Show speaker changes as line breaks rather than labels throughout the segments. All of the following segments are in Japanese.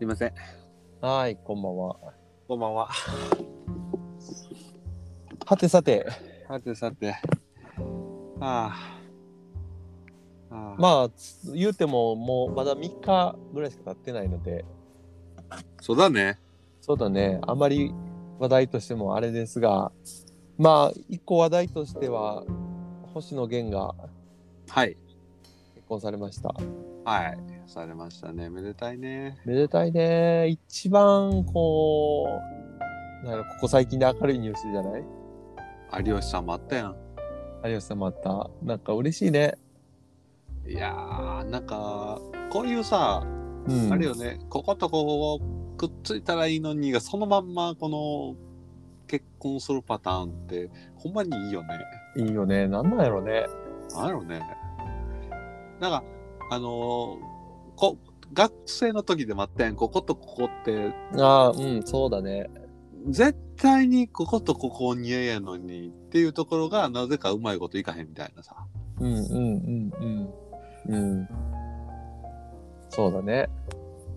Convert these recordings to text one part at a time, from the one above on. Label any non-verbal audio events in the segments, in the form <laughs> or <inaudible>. いません。
はい、こんばんは。
こんばんは。
はてさて、
さてさて。ああ。ああ
まあ、つ言うても、もうまだ3日ぐらいしか経ってないので、
そうだね。
そうだね、あまり話題としてもあれですが、まあ、一個話題としては、星野源が
はい。
結婚されました。
はい。されましたね。めでたいね。
めでたいね。一番、こう、なんやろここ最近で明るいニュースじゃない
有吉さんもあったやん。
有吉さんもあった。なんか嬉しいね。
いやー、なんか、こういうさ、
うん、
あれよね、こことここくっついたらいいのにが、そのまんま、この、結婚するパターンって、ほんまにいいよね。
いいよね。なんなんやろね。
なんやろね。なんか、あのーこ、学生の時でもあったやん、こことここって、
ああ、うん、そうだね。
絶対にこことここにえやのにっていうところが、なぜかうまいこといかへんみたいなさ。
うんうんうんうんうんそうだね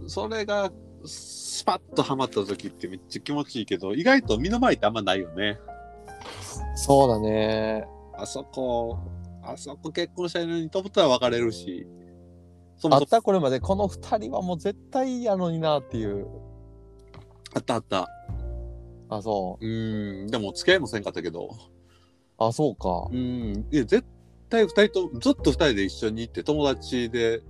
それが、スパッとハマった時ってめっちゃ気持ちいいけど、意外と身の回りってあんまないよね。
そうだね
あそこ、あそこ結婚したいのにと思ったら別れるし。そも
あ
そも
ったこれまでこの2人はもう絶対やのになっていう
あったあった。
あそう
うーん、でも付き合いもせんかったけど。
あそうか
うん、いや絶対2人とずっと2人で一緒に行って友達で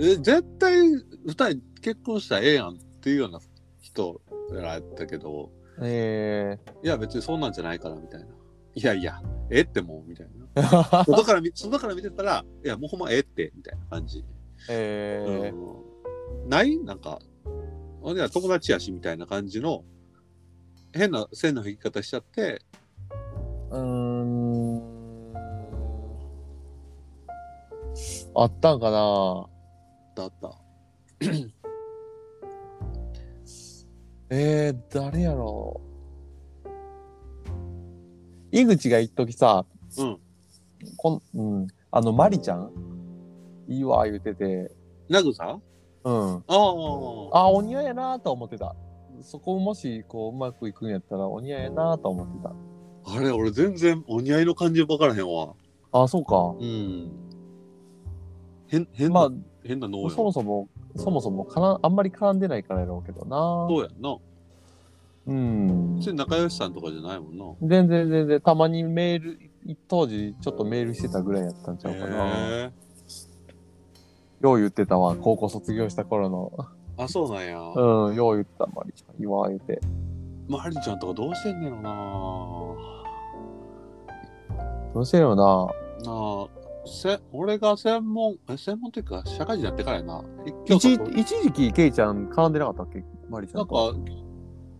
え絶対2人結婚したらええやんっていうような人らやったけど
え
いや別にそうなんじゃないからみたいないやいやええってもうみたいな
え <laughs>
外から見外から見てたらいやもうほんまええってみたいな感じ、
ええ
うんないなんかほんで友達やしみたいな感じの変な線の引き方しちゃって
うーんあったんかな
だった
えー、誰やろう井口が一時さ、
うん
こん、うん、あの、マリちゃんいいわ、言うてて、
ナグさん
うん。
ああ
あ、お似合いやなとは思ってた。そこもし、こう、うまくいくんやったら、お似合いやなとは思ってた。
あれ、俺全然お似合いの感じ分からへんわ。
あ、そうか。
うん。変、変な、
まあ、
変な脳や。
そもそも、そもそもかな、あんまり絡んでないからやろうけど
そ
な
うやんな。
うん。
別に仲良しさんとかじゃないもんな。
全然全然、たまにメール、当時、ちょっとメールしてたぐらいやったんちゃうかな。
へえ
よう言ってたわ、高校卒業した頃の。
あ、そうなんや。
うん、よう言ってた、マリちゃん。言わ言うて。
マリちゃんとかどうしてんねやろ
どうしてるよ
な
な。
なあ、せ、俺が専門、え、専門っていうか、社会人やってからやな。え京
一
都遊び
一時期、ケイちゃん絡んでなかったっけマリちゃ
なんん
と。
か、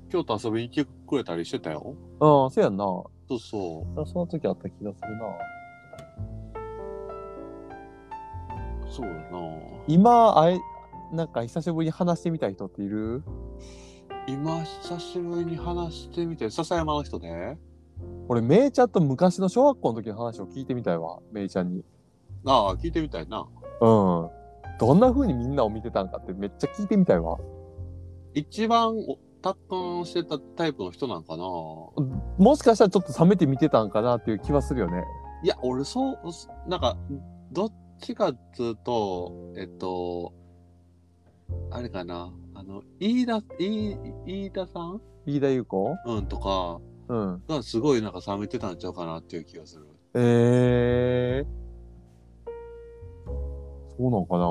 京都遊びに来てくれたりしてたよ。
うん、そうやんな。そ
そうそう。
の時あった気がするな。
そうやな。
今、あえ、なんか久しぶりに話してみたい人っている
今、久しぶりに話してみて、笹山の人ね。
俺、メイちゃんと昔の小学校の時の話を聞いてみたいわ、メイちゃんに。
ああ、聞いてみたいな。
うん。どんな風にみんなを見てたんかってめっちゃ聞いてみたいわ。
一番お達観してたタイプの人なんかな
もしかしたらちょっと冷めて見てたんかなっていう気はするよね。
いや俺そうすなんかどっちかっつうとえっとあれかなあの飯田飯飯田さん、
飯田優子
うん、とか
うん。
がすごいなんか冷めてたんちゃうかなっていう気がする
ええそうなんかな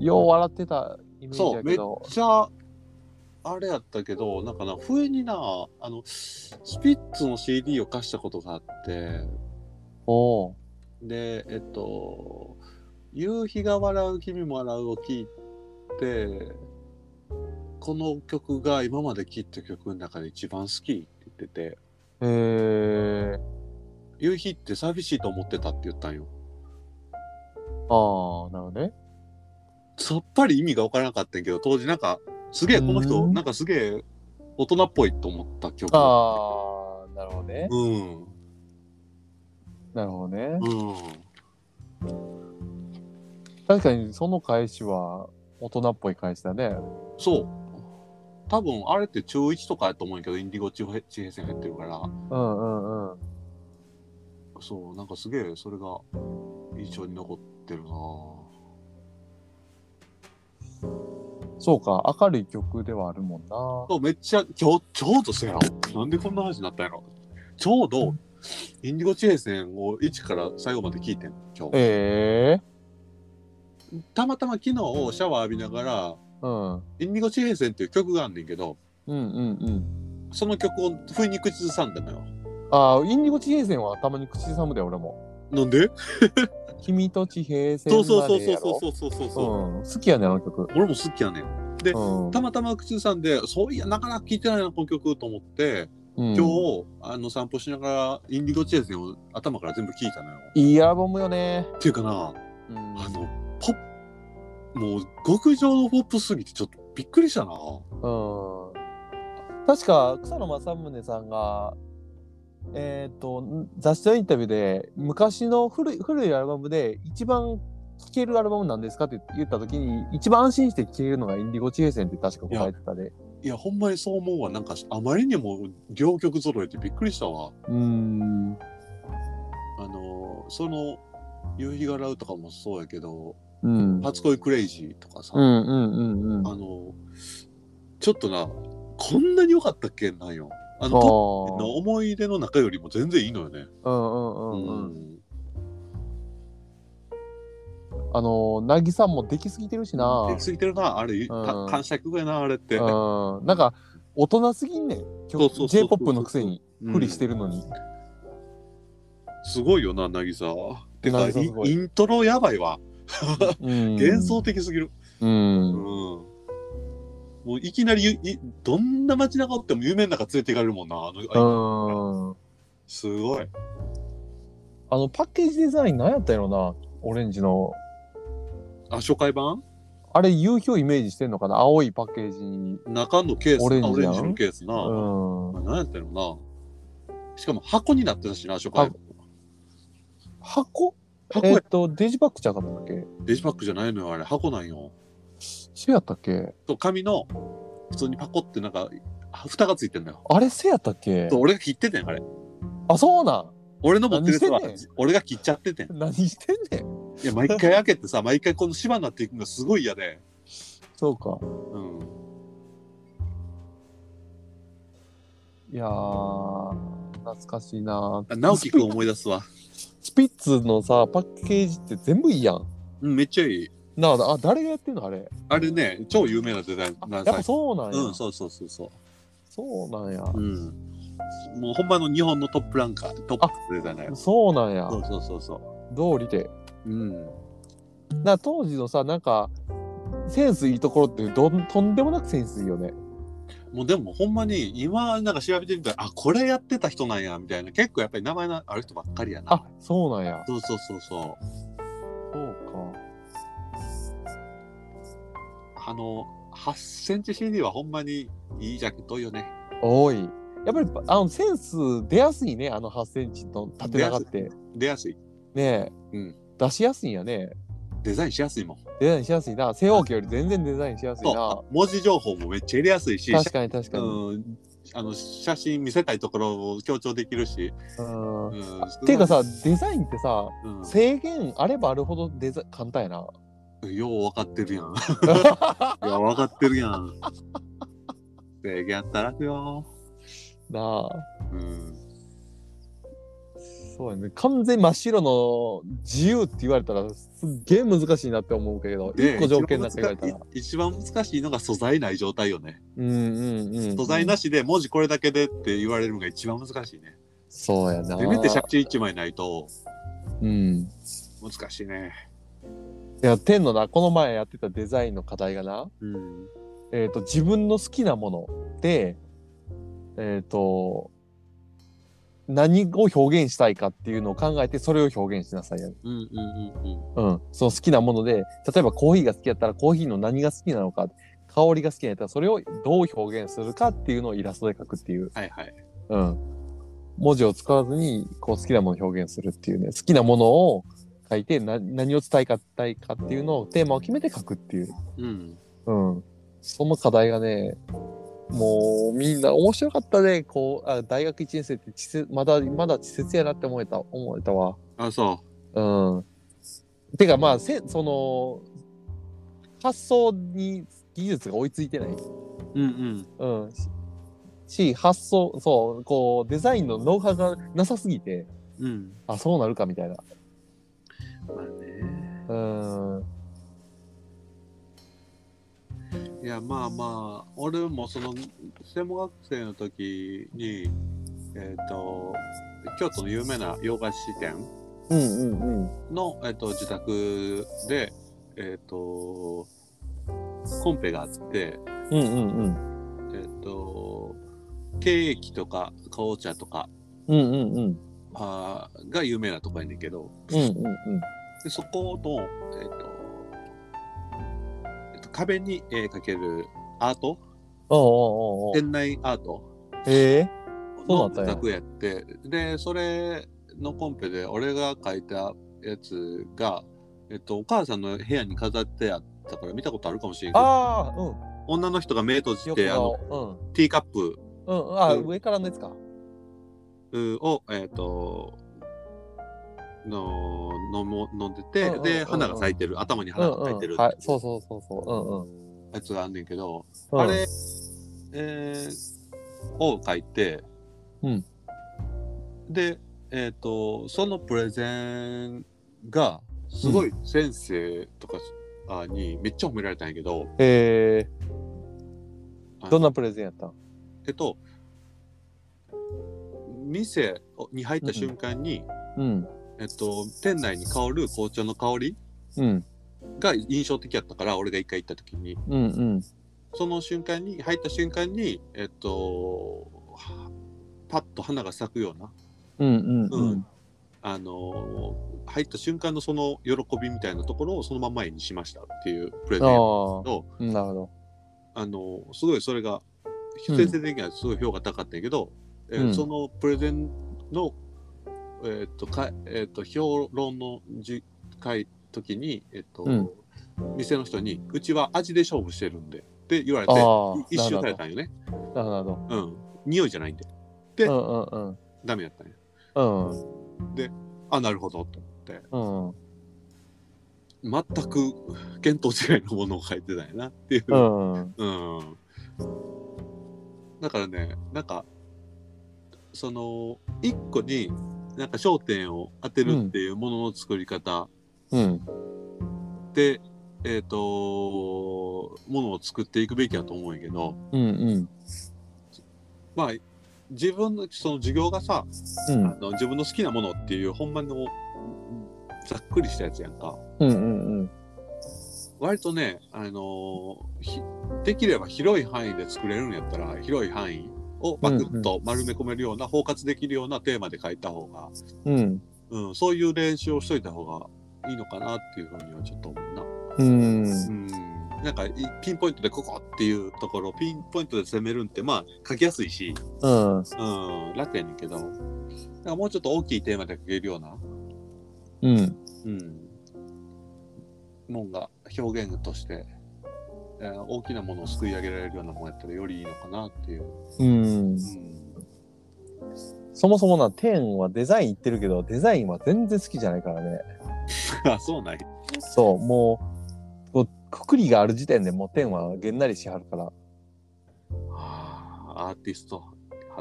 よう笑ってたイメージ
そ
や
うめ
け
っ
ど。
ちゃあれやったけどなんかな不意になあのスピッツの CD を貸したことがあって
おう
で、えっと、夕日が笑う君も笑うを聴いて、この曲が今まで聴いた曲の中で一番好きって言ってて、
ええ
夕日って寂しいと思ってたって言ったんよ。
ああ、なるほどね。
さっぱり意味がわからなかったんやけど、当時なんか、すげえこの人、
うん
なんかすげえ大人っぽいと思った曲。
ああ、なるほどね。
うん。
なるほどね。
うん。
確かにその返しは大人っぽい感じだね。
そう多分あれって中1とかやと思うんやけどインディゴ地平地平線入ってるから
うんうんうん。
そうなんかすげえそれが印象に残ってるなぁ
そうか、明るい曲ではあるもんな。
そうめっちゃ今日ちょうどせやなんでこんな話になったんやろちょうどインディゴ地平線を1から最後まで聞いてん今日
ええ
たまたま昨日シャワー浴びながら
うん。
インディゴ地平線っていう曲があんねんけど
うんうんうん。
その曲を不意に口ずさんだのよ
ああ、インディゴ地平線はたまに口ずさむで、俺も。
なんで
君と地平線
そ
ま
うそうそう
で
そう
やろ。
そうそうそう
う
そう、
ん、好きやね、あの曲。
俺も好きやねんで
うん。
たまたま口ずさんでそういやなかなか聴いてないなこの曲と思って
うん
今日、あの散歩しながらインディゴチェーズを頭から全部聴いたのよ
いいアルバムよね。
っていうかな
うん
あのポップもう極上のポップすぎてちょっとびっくりしたな
うん確か草野正宗さんがえっ、とん雑誌のインタビューで昔の古い古いアルバムで一番聴けるアルバムなんですかって言った時に一番安心して聴けるのが「インディゴ地平線」って確か答えてたで
いやほんまにそう思うわなんかあまりにも両曲揃えてびっくりしたわ
うーん
あのその夕日がラウとかもそうやけど
うん
初恋クレイジーとかさ、
うんうんうんうん
あのちょっとなこんなに良かったっけなんよあのポップ
あ
の思い出の中よりも全然いいのよね
あうんうん
う
うんうん
ん
あの渚もできすぎてるしな
手ついてるなあれ、た
うん
感謝曲やなあれって、
うんなんか大人すぎんねん
そうそうそうそう
j p o p のくせに
うん
ふりしてるのに、
すごいよな渚はてか
渚す
イ
ごい
イントロやばいわ
うん、
幻想的すぎる
うん
うん、もういきなりいどんな街中おっても夢の中連れていかれるもんなあのあ
うん
すごい
あのパッケージデザイン何やったんやろなオレンジの
あ初回版
あれ夕日をイメージしてんのかな青いパッケージに
中のケース
オレン
あ
ジ
オレ
やん
ンジのケースな、
う
まあ
ん
何やったのなしかも箱になってたしな初回版
箱
箱
え
や
っとデジパックちゃうかったっけ
デジパックじゃないのよあれ箱なんよ
せやったっけ
と紙の普通にパコってなんかあ蓋がついてんだよ
あれせやったっけ
そう俺が切っててんあれ
あそうなん
俺の持ってるやつは
何して
俺が切っちゃっててん
何してんねん
いや毎回開けて
<laughs>
さ毎回この芝になっていくのがすごい嫌で
そうか
うん
いやー懐かしいな
あ直樹くん思い出す
<laughs>
わ
スピッツのさパッケージって全部いいやん
うんめっちゃいい
なああ誰がやってんのあれ
あれね超有名なデザイン
あや
な
っ
ん
ぱ
さ
そうなんや、
うんそうそうそうそ
そうなんや、
ううんもうほんまの日本のトップランカートップデザイナーよ
そうなんや
そうそうそうそ
道理で
ううん
な当時のさなんかセンスいいところってどんとんでもなくセンスいいよね
もうでもほんまに今なんか調べてみたらあこれやってた人なんやみたいな結構やっぱり名前のある人ばっかりやな
あそうなんや
そうそうそうそう
そう
あの8センチ CD はほんまにいいジャケット多いよね
か多いやっぱりあのセンス出やすいねあの8センチの縦長って
出やすい
ねえ、
うん
出しやすいんやね
デザインしやすいもん
デザインしやすいな正方形より全然デザインしやすいな
そう文字情報もめっちゃ入れやすいし
確かに確かに、
うん、あの写真見せたいところを強調できるし、
う
う
ん
ん、
ていうかさデザインってさ
うん
制限あればあるほどデザ簡単やな
よう分かって
<laughs>
るやんいや分かってるやん制限あったら楽よ、
なあ
うん、
そうやね完全に真っ白の自由って言われたらすっげえ難しいなって思うけど
で
一個条件なんか言われたら
一番難しい一番難しいのが素材ない状態よね、
うんうんうん
素材なしで文字これだけでって言われるのが一番難しいね
そうやな
せめて写真一枚ないと
うんい
難しいね
や天のなこの前やってたデザインの課題がな
うん
えっ、と自分の好きなものでえっ、と何を表現したいかっていうのを考えてそれを表現しなさいや
うんうんうんうん
うん、その好きなもので例えばコーヒーが好きやったらコーヒーの何が好きなのか香りが好きなやったらそれをどう表現するかっていうのをイラストで描くっていう、
はいはい
うん、文字を使わずにこう好きなものを表現するっていうね好きなものを書いてな何を伝えたいかっていうのをテーマを決めて書くっていう
うん
うん。その課題がね、もうみんな面白かったね。こう、あ大学1年生って稚拙まだ、まだ稚拙やなって思えた、思えたわ。
あ、そ
うん。てかまあ、せその、発想に技術が追いついてない。
う。うん
うん。し、発想、そう、こう、デザインのノウハウがなさすぎて、
うん。うん。
あ、そうなるかみたいな。
まあね。
うん。
いや、まあまあ、俺もその、専門学生の時に、えっ、と、京都の有名な洋菓子店
うんうんうん。
の、えっと自宅で、えっとコンペがあって、
うんうんうん。
えっとケーキとか紅茶とか
うんうんうん。
あーが有名なとこやねんけど
うんうんうん。
でそこの、えっとえっと壁に絵描けるアート
おうおうおうおう。
店内アート
ええそ
の
う
自
だったんや
宅やってでそれのコンペで俺が描いたやつが、えっとお母さんの部屋に飾ってあったから見たことあるかもしれんけど
ああ、うん。
女の人が目閉じ
横
てあの
の。
ティーカップ
うん。うん。あ、
うん
上からのやつか。
うをえっ、との飲も飲んでて、
うんうんうんう
で
ん
花が咲いてる頭に
うん
花が咲いて
う
る
ん。はい。そうそうそうそう。
やつがあんねんけど、
うんうん。
あれ、えーを書いて、
うん
でえっ、とそのプレゼンがすごい先生とかあにめっちゃ褒められたんやけど、
え
あ
え。
の
どんなプレゼンやったん
えっと店に入った瞬間に、
うん。
えっと、店内に香る紅茶の香り
うん。
が印象的やったから、俺が一回行った時に、
うんうん。
その瞬間に、入った瞬間に、えっと、はパッと花が咲くような、
うんうんう
うんん。あのー入った瞬間のその喜びみたいなところをそのまま絵にしましたっていうプレゼ
ああ
ン
ー。
と、
うんなるほど。
あのーすごいそれが、
うん
先生的にはすごい評価高かったんやけど、えー
うん
そのプレゼンの、えっと、かえっと、評論のじ回時に、えっと、
うん
店の人に、うちは味で勝負してるんで、って言われて
あ、あ。
一周さ
な
れ
るほ
たんよね。
ど。なるほ
うん。匂いじゃないんで、で
ど。うんうんうん。
ダメだったんや。
うん
あ、なるほど、と思って。
うん
全く見当違いのものを書いてたんやな、っていう。
うん
うん。だからね、なんか、その、一個に、なんか焦点を当てるっていうものの作り方
うん
で、えっ、とものを作っていくべきだと思うんやけど、
うん
まあ、自分の、その授業がさ、
うん
あの自分の好きなものっていう、ほんまの、ざっくりしたやつやんか。
うんうん
割とね、あのーひできれば広い範囲で作れるんやったら広い範囲をバクッと丸め込めるような、包括できるようなテーマで書いた方が、
うん
うん、そういう練習をしといた方がいいのかなっていうふうにはちょっと思うな。
うん
うん、なんかいピンポイントでここっていうところをピンポイントで攻めるんってまあ書きやすいし、
うん
うん、楽やねんけどなんかもうちょっと大きいテーマで書けるような、
うん
うん、もんが表現として、えー大きなものをすくい上げられるようなもんやったらよりいいのかなっていう。
うん
うん、
そもそもなテンはデザイン言ってるけどデザインは全然好きじゃないからね
<laughs> あそうない。
そうもうこうくくりがある時点でもうテンはげんなりしはるから
あーアーティスト。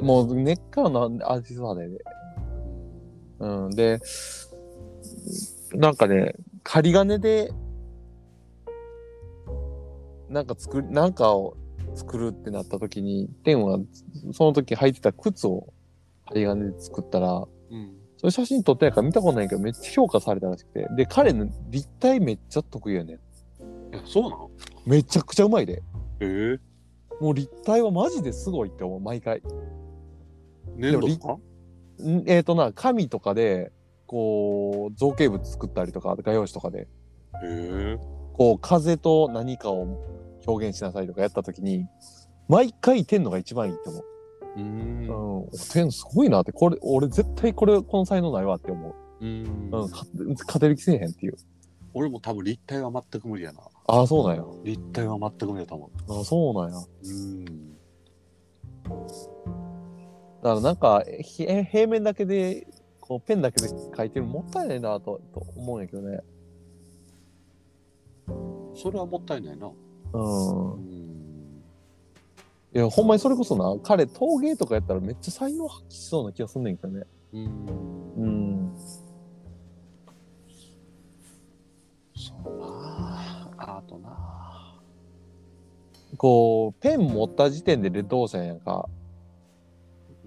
もう根っからのアーティスト派でうんでなんかね針金でなんか作るなんかを作るってなった時に天はその時履いてた靴を針金で作ったら
うん、うん。
それ写真撮ってないから見たことないけどめっちゃ評価されたらしくてで彼の立体めっちゃ得意やねん
いやそうなの
めちゃくちゃうまいで
ええ
もう立体はマジですごいって思う毎回
粘土とか
んえっ、とな紙とかでこう造形物作ったりとか画用紙とかで
ええ
こう風と何かを表現しなさいとかやった時に毎回天のが一番いいと思
うーん。
う、うん、天すごいなってこれ俺絶対これこの才能ないわって思
う
う、
ん
うん、か勝てる気せえへんっていう
俺も多分立体は全く無理やな。
ああ、そうなんや。
立体は全く見えたもん。
ああ、そうなんや。だ
うん。
からなんか、ひ平面だけで、こう、ペンだけで書いてるのもったいないなとと思うんやけどね。
それはもったいないな。
うん
う。ん。
いや、ほんまにそれこそな、彼、陶芸とかやったらめっちゃ才能発揮しそうな気がすんねんけどね。
うん。
うん。
そうなあ。アートな。
こう、ペン持った時点で劣等生やんか。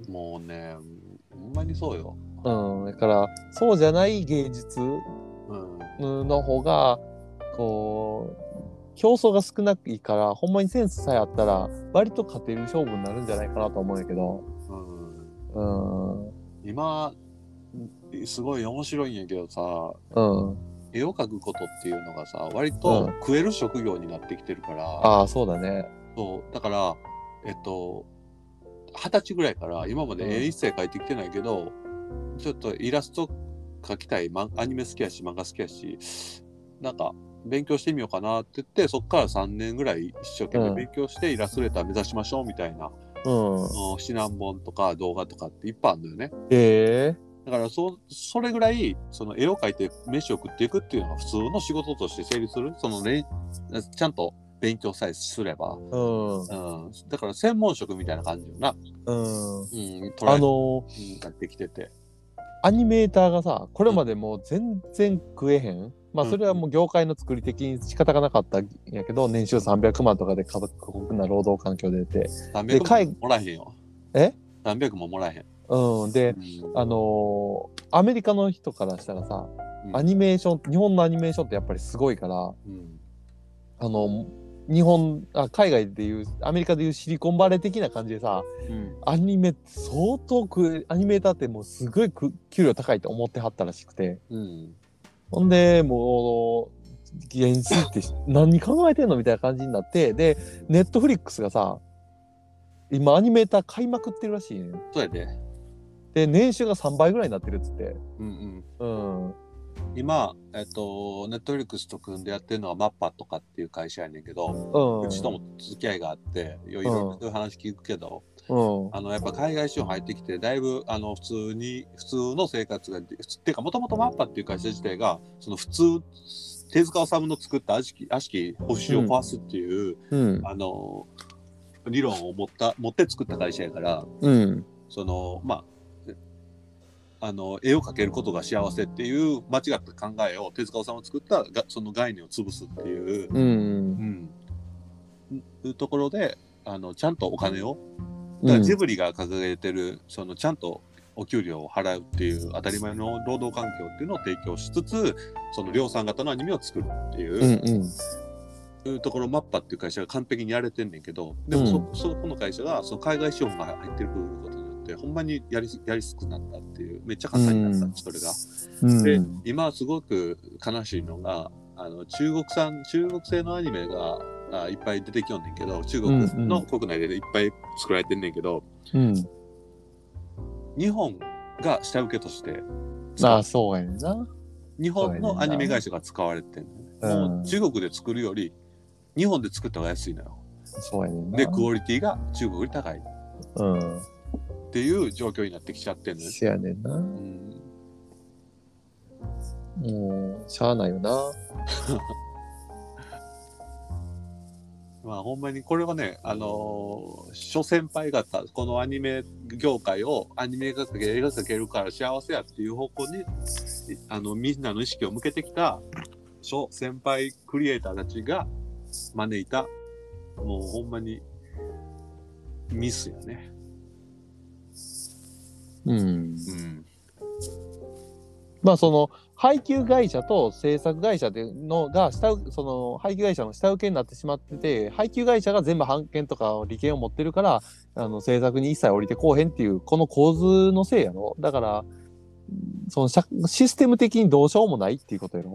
もうね、ほんまにそうよ。
うん。だから、そうじゃない芸術
うん。
の方が、こう、競争が少ないから、ほんまにセンスさえあったら、割と勝てる勝負になるんじゃないかなと思うんやけど。
うん。
うん。
今、すごい面白いんやけどさ、
うん。
絵を描くことっていうのがさ、割と
うん
食える職業になってきてるから、
ああ、そうだね。
そうだからえっと二十歳ぐらいから今まで絵一切描いてきてないけど、ちょっとイラスト描きたいマンアニメ好きやし漫画好きやしなんか勉強してみようかなって言ってそっから3年ぐらい一生懸
う
命
ん
勉強してイラストレーター目指しましょうみたいな、
うん。
あの指南本とか動画とかっていっぱいあるのよね
ええ
だからそそれぐらいその絵を描いて飯を食っていくっていうのが普通の仕事として成立するそのねちゃんと勉強さえすれば、
うん。
うん、だから専門職みたいな感じよな。
うん。
うん、トラ
あ
イ
の、
になってきてて。
アニメーターがさこれまでもう全然食えへん、まあ
うん
それはもう業界の作り的に仕方がなかったんやけど年収300万とかで過酷な労働環境でてで
300
海
ももらえへんよ。
え
?300 ももらえへん。
うんで
うん
あのーアメリカの人からしたらさ
うん
アニメーション日本のアニメーションってやっぱりすごいから
うん
あの日本あ海外でいうアメリカでいうシリコンバレー的な感じでさ
うん
アニメ相当食えアニメーターってもうすごいく給料高いと思ってはったらしくて。
うん
ほんで、もう、現実ってし何考えてんのみたいな感じになって、で、ネットフリックスがさ、今アニメーター買いまくってるらしいねん。
そうやで。
で、年収が3倍ぐらいになってるっつって。
うんうん、
うん。
今、えっと、ネットフリックスと組んでやってるのはマッパとかっていう会社やねんけど、
う
う
ん。
ちとも付き合いがあって、いろいろそういう話聞くけど、
うん。
あのやっぱ海外資本入ってきて、だいぶあの普通に、普通の生活がで、普通っていうか、もともとマッパっていう会社自体が、その普通、手塚治虫の作った悪しき悪しき星を壊すっていう、
うん。
あの理論を持った持って作った会社やから
うん。
そのまああの絵を描けることが幸せっていう間違った考えを手塚治虫を作ったがその概念を潰すっていう、
うん。
ん、いうところであのちゃんとお金をだ
う
から
ん
ジブリが掲げてるそのちゃんとお給料を払うっていう当たり前の労働環境っていうのを提供しつつその量産型のアニメを作るっていう。
うん。うん。
いうところマッパっていう会社が完璧にやれてんねんけどでもそ,、
う
そこの会社がその海外資本が入ってることによってほんまにやりすやりすくなったっていうめっちゃ簡単になった、
うん
それが。
う
で
ん。
今すごく悲しいのがあの中国産中国製のアニメがあいっぱい出てきよんねんけど中国の国内でいっぱい作られてんねんけど、
うん。
日本が下請けとして
ああ、そうやねんな。
日本のアニメ会社が使われてんねん
そうやねんな
もう中国で作るより日本で作った方が安いのよ。
そうやねんな。
でクオリティが中国より高い。
うん。
っていう状況になってきちゃってるのよ、
せやねんな。
うん、
もう、しゃあないよな。
まあほんまにこれはねあのー諸先輩方このアニメ業界をアニメが描け映画が描けるから幸せやっていう方向にあのみんなの意識を向けてきた諸先輩クリエイターたちが招いたもうほんまにミスやね、
うん。
うん、
まあその配給会社と制作会社でのが下請その配給会社の下請けになってしまってて配給会社が全部版権とか利権を持ってるからあの制作に一切降りてこうへんっていうこの構図のせいやろだからうんその社システム的にどうしようもないっていうことやろ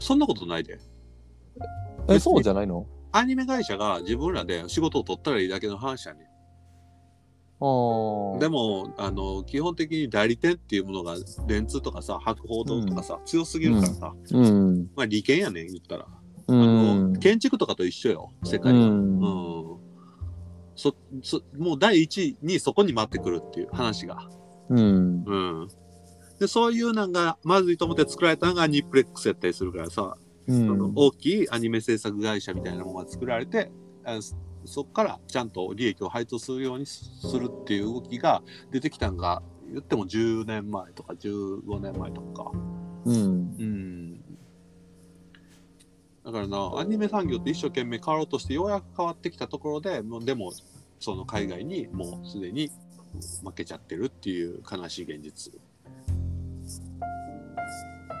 そんなことないで
えそうじゃないの
アニメ会社が自分らで仕事を取ったらいいだけの話やね
あ
で
でも
もあの基本的に代理店っていうものが電通とかさ博報堂とかさ、強すぎるからさ、
うん
まあ利権やねん言ったら、
うう
あ
ん
の。建築とかと一緒よ世
う。
界は。うんそそもう第一位にそこに待ってくるっていう話が。
うん。
うん、でそういうのがまずいと思って作られたのがアニプレックスやったりするからさ、あ
う
の
ん。
大きいアニメ制作会社みたいなものが作られてあそそこからちゃんと利益を配当するようにすするっていう動きが出てきたのが言っても10年前とか15年前とか。
うん。
うんだからなアニメ産業って一生懸命変わろうとしてようやく変わってきたところでもうでもその海外にもうすでに負けちゃってるっていう悲しい現実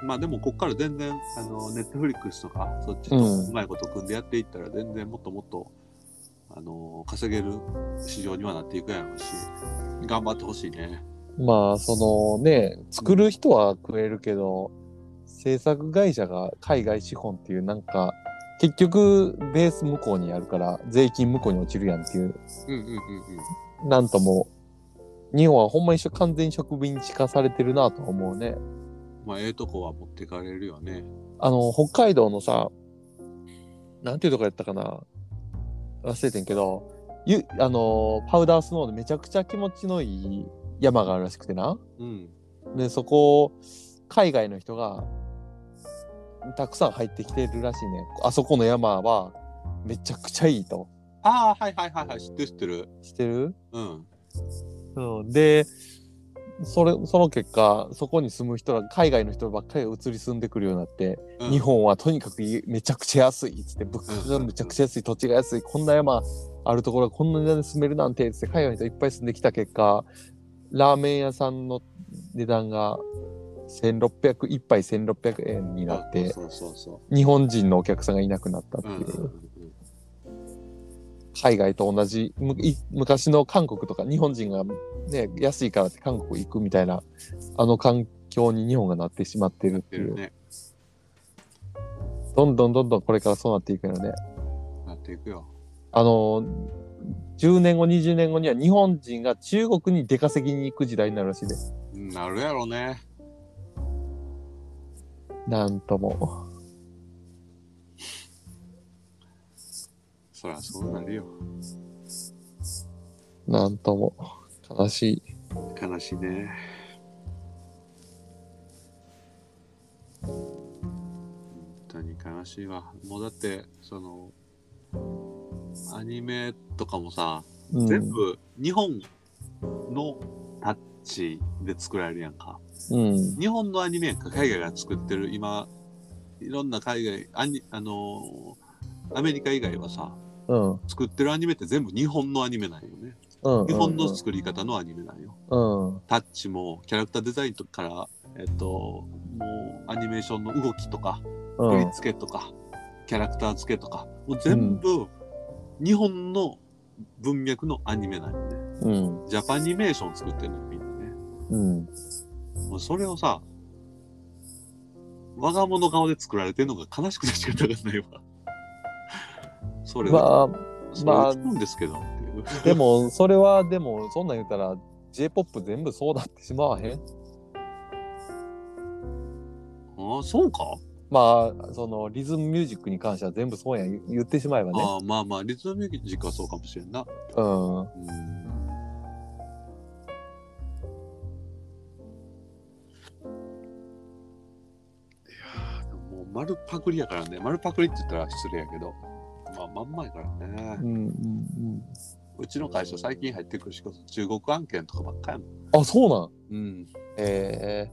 まあでもこっから全然あのネットフリックスとかそっちと
うん
うまいこと組んでやっていったら全然もっともっとあの稼げる市場にはなっていくやろうし頑張ってほしいね
まあ、そのね、作る人は食えるけど、制作会社が海外資本っていう、なんか、結局、ベース向こうにあるから、税金向こうに落ちるやんっていう、
うんうんうんうん
なんとも、日本はほんまに完全に植民地化されてるなとは思うね。
まあええとこは持ってかれるよね
あの、北海道のさ、なんていうとこやったかな忘れてんけど、ゆあの、パウダースノーでめちゃくちゃ気持ちのいい山があるらしくてな。
うん
で、そこを、海外の人が、たくさん入ってきてるらしいね。あそこの山は、めちゃくちゃいいと。
ああ、はいはいはいはい、知ってる知ってる。
してる
うん。
うん。で、それ、その結果、そこに住む人ら、海外の人ばっかりが移り住んでくるようになって、
うん
日。本はとにかくいめちゃくちゃ安いっつって物価がめちゃくちゃ安い土地が安いこんな山あるところがこんな値段で住めるなんてっつって海外の人いっぱい住んできた結果ラーメン屋さんの値段が1600一杯1600円になって
そうそうそ
日本人のお客さんがいなくなったって
う。う
い
んうんうん
う
うん。
海外と同じむい昔の韓国とか日本人がね安いからって韓国行くみたいなあの環境に日本がなってしまってるって
出
い
る
う
ね。
どんどんどんどんこれからそうなっていくよね
なっていくよ。
あの、10年後、20年後には日本人が中国に出稼ぎに行く時代になるらしいです。
うんなるやろね。
なんとも。
そりゃそうなるよ。
なんとも。悲しい。
悲しいね。本当に悲しいわ。もうだって、その、アニメとかもさ、
うん、
全部日本のタッチで作られるやんか。
うん。
日本のアニメやんか海外が作ってる今いろんな海外アニあのーアメリカ以外はさ
うん。
作ってるアニメって全部日本のアニメなんよね
うん。
日本の作り方のアニメなんよ
うん。
タッチもキャラクターデザインとかからえっともうアニメーションの動きとか
う
振
ん
り。付けとかキャラクター付けとかもう全部日本の文脈のアニメなんよね
うん。
ジャパニメーション作ってるのよみんなね
うん。
もうそれをさ、我が物顔で作られてるのが悲しくて仕方がないわ。 <laughs> それは、
ま
それ
まあ
は作るんですけどっていう。 <laughs>
あ、でも、それは、でも、そんなん言ったら、J-POP 全部そうなってしまわへん
ああ、そうか、
まあ、その、リズムミュージックに関しては全部そうやん言言ってしまえばね。
ああ、まあまあ、リズムミュージックはそうかもしれんな。
うん。
うん。いやーでももう丸パクリやからね。丸パクリって言ったら失礼やけど。まあ、まんまやからね
うん。。うん。うん。
うちの会社最近入ってくる仕事、中国案件とかばっかりやもん。
あ、そうなん
うん。
え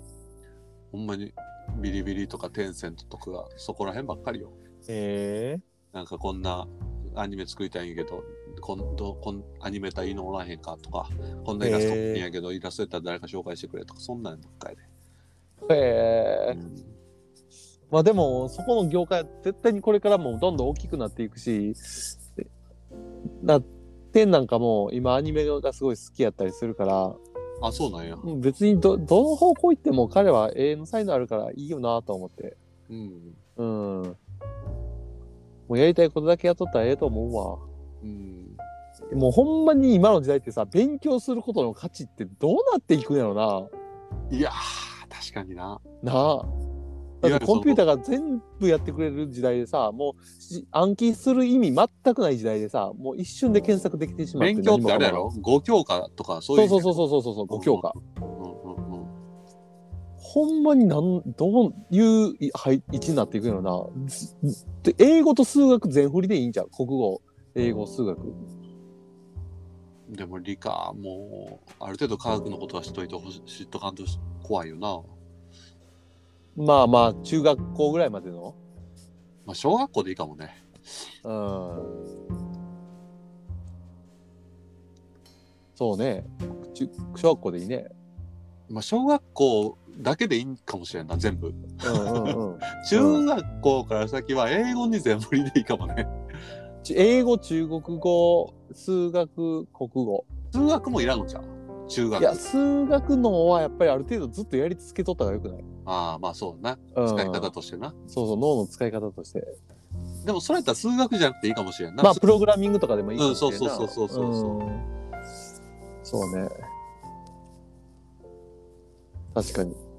ほんまにビリビリとかテンセントとかがそこら辺ばっかりよ。
ー、えー。
なんかこんなアニメ作りたいんやけど、今度こんアニメたいいのおらへんかとか、こんなイラストいいんやけど、イラストやったら誰か紹介してくれとか、そんなんばっかりで。
へえ。まあでも、そこの業界は絶対にこれからもどんどん大きくなっていくし、な、天なんかも今アニメがすごい好きやったりするから、
あ、そうなんや。
うん別にど、どの方向行っても彼は永遠の才能あるからいいよなと思って。
うん。
うん。もうやりたいことだけやっとったらええと思うわ。
うん。
もうほんまに今の時代ってさ、勉強することの価値ってどうなっていくんやろ
いやー、確かにな。
な。なあ。だってコンピューターが全部やってくれる時代でさ、もうし暗記する意味全くない時代でさ、もう一瞬で検索できてしまって。
勉強ってあれや
何も
ろ五教科とかそう
そ
いうう
そうそうそうそうそう、ご教科。
うんうんうん
ほんまになん、どういうい配位置になっていくんやろな。ずずで英語と数学全振りでいいんじゃん。国語、英語、数学。
でも理科もある程度科学のことは知っといてほし知っとかんとし怖いよな、
まあまあ、中学校ぐらいまでの。
まあ、小学校でいいかもね
うん。そうね。中小学校でいいね。
まあ小学校だけでいいかもしれんな全部
うんうんうん。
中学校から先は英語に全振りでいいかもね
ち英語、中国語、数学、国語。
数学もいらんのじゃう中
いや、
学
数学の方はやっぱりある程度ずっとやり続けとった方がよくない、
ああまあそうな
うん、
使い方としてな、
そうそう、脳の使い方として。
でもそれやったら数学じゃなくていいかもしれんな、
まあ、プログラミングとかでもいいか
う
も
ん
し
そ
れ
うんそう
な
そうそうそうそう
うんそうね。確かに。
うん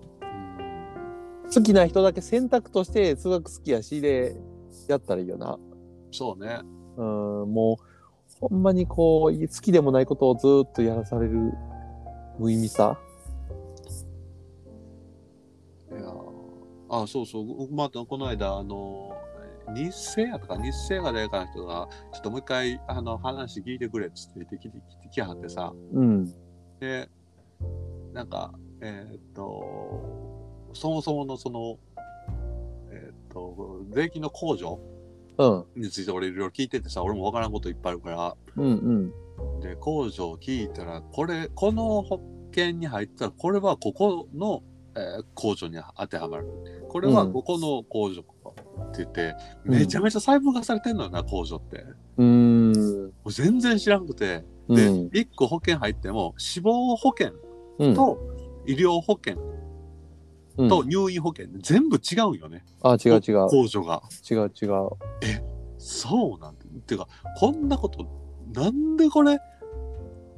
好きな人だけ選択として数学好きやしでやったらいいよな。
そうね
うん、もう、ほんまにこう、好きでもないことをずーっとやらされる無意味さ。
いやあそうそうまたこの間あの日生やとか日生が出会かの人がちょっともう一回あの話聞いてくれっつって言ってきてきてきはってさ
うん。
でなんかえーっとそもそものそのえーっと税金の控除
うん。
について俺いろいろ聞いててさ俺もわからんこといっぱいあるから
うんうん。
で控除を聞いたらこれこの保険に入ったらこれはここの、えー控除に当てはまるこれは
うん
ここの控除って言って、
うん
めちゃめちゃ細分化されてんのよな控除っても
うーん。
う全然知らんくてで、
うん
1個保険入っても死亡保険
うん
と医療保険
うん
と入院保険、全部違うんよね
あ、違う違う。
控除が
違う違う。
そうなんてっていうかこんなことなんでこれ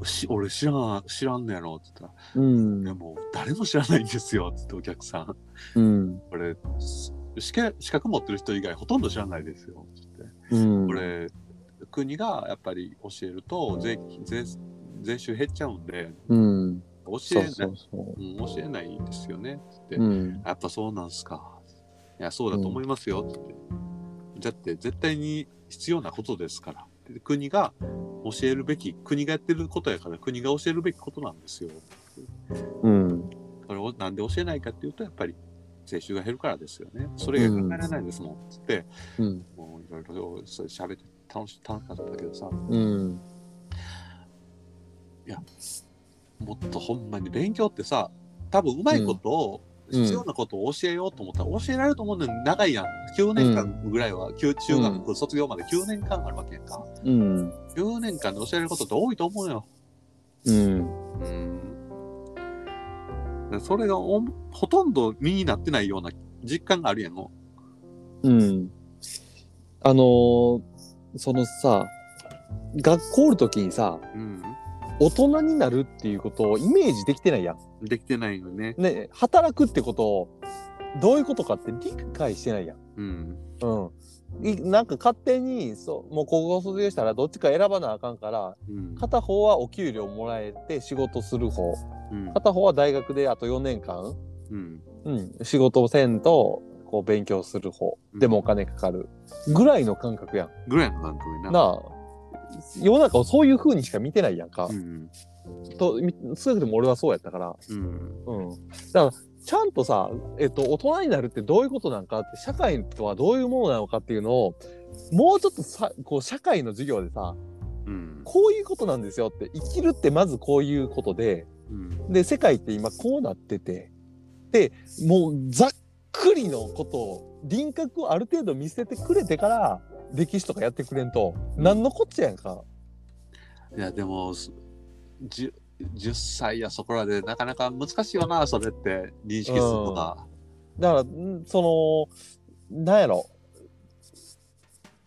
し俺知らん知らんのやろって言ったら
うん
で。も誰も知らないんですよつってお客さん
うん。
これし資格資格持ってる人以外ほとんど知らないですよつって
うん
こ。れ国がやっぱり教えると税税税収減っちゃうんで
うん。
教え
そう
ない
そうそ
うん、教えないんですよねつって、
う。うん。
やっぱそうなんすかいやそうだと思いますよつって、だって絶対に必要なことですからで国が教えるべき国がやってることやから国が教えるべきことなんですよ
うん。
それをなんで教えないかっていうとやっぱり税収が減るからですよねそれが考えられないですもん、つって
うん。
もういろいろそう喋って楽し楽しかったけどさ
うん。
もっとほんまに勉強ってさ多分うまいことを、
うん
必要なことを教えようと思ったら教えられると思うのに長いやん9年間ぐらいは、旧中学卒業まで9年間あるわけやんか
うん。
9年間で教えることって多いと思うよ
うん。
うんでそれがおほとんど身になってないような実感があるやんの
うん。あのー、そのさ、学校おるときにさ、
うん
大人になるっていうことをイメージできてないやん。
できてないよね。
ね、働くってことを、どういうことかって理解してないやん。
うん。
うん。いなんか勝手に、そう、もう高校卒業したらどっちか選ばなあかんから、
うん。
片方はお給料もらえて仕事する方、
うん。
片方は大学であと4年間、
うん。
うん、仕事をせんと、こう勉強する方、
うん
でもお金かかる、ぐらいの感覚やん。
ぐらいの感覚にな。
なあ世の中をそういう風にしか見てないやんか
う。ん。
とみ少なくとも俺はそうやったから。
うん。
うん。だから、ちゃんとさ、えっと、大人になるってどういうことなんかって、社会とはどういうものなのかっていうのを、もうちょっとさ、こう、社会の授業でさ、
うん。
こういうことなんですよって、生きるってまずこういうことで、
うん。
で、世界って今こうなってて、で、もうざっくりのことを、輪郭をある程度見せてくれてから、歴史とかやってくれんと、なんのこっちゃやんか。
いや、でも、すじゅ 10, 歳やそこらでなかなか難しいよな、それって認識するのが。
だから、んその、なんやろ。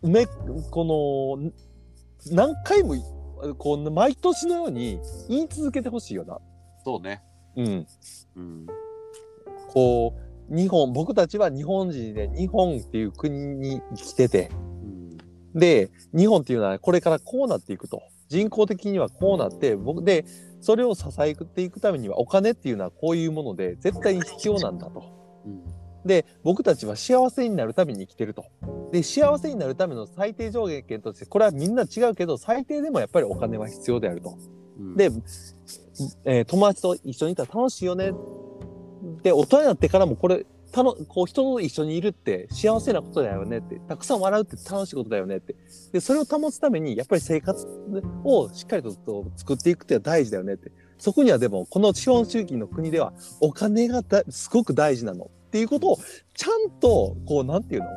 め、この、ん何回も、こう、毎年のように言い続けてほしいよな。
そうね。
うん。
うん。
こう、日本僕たちは日本人で日本っていう国に生きてて
うん
で日本っていうのはこれからこうなっていくと人口的にはこうなって僕でそれを支えていくためにはお金っていうのはこういうもので絶対に必要なんだと。
うん
で僕たちは幸せになるために生きてると。で幸せになるための最低条件としてこれはみんな違うけど最低でもやっぱりお金は必要であると。
うん
で、えー友達と一緒にいたら楽しいよねで大人になってからもこれたのこう人と一緒にいるって幸せなことだよねってたくさん笑うって楽しいことだよねってでそれを保つためにやっぱり生活をしっかりとと作っていくっていうのは大事だよねってそこにはでもこの資本主義の国ではお金がだすごく大事なのっていうことをちゃんとこうなんていうの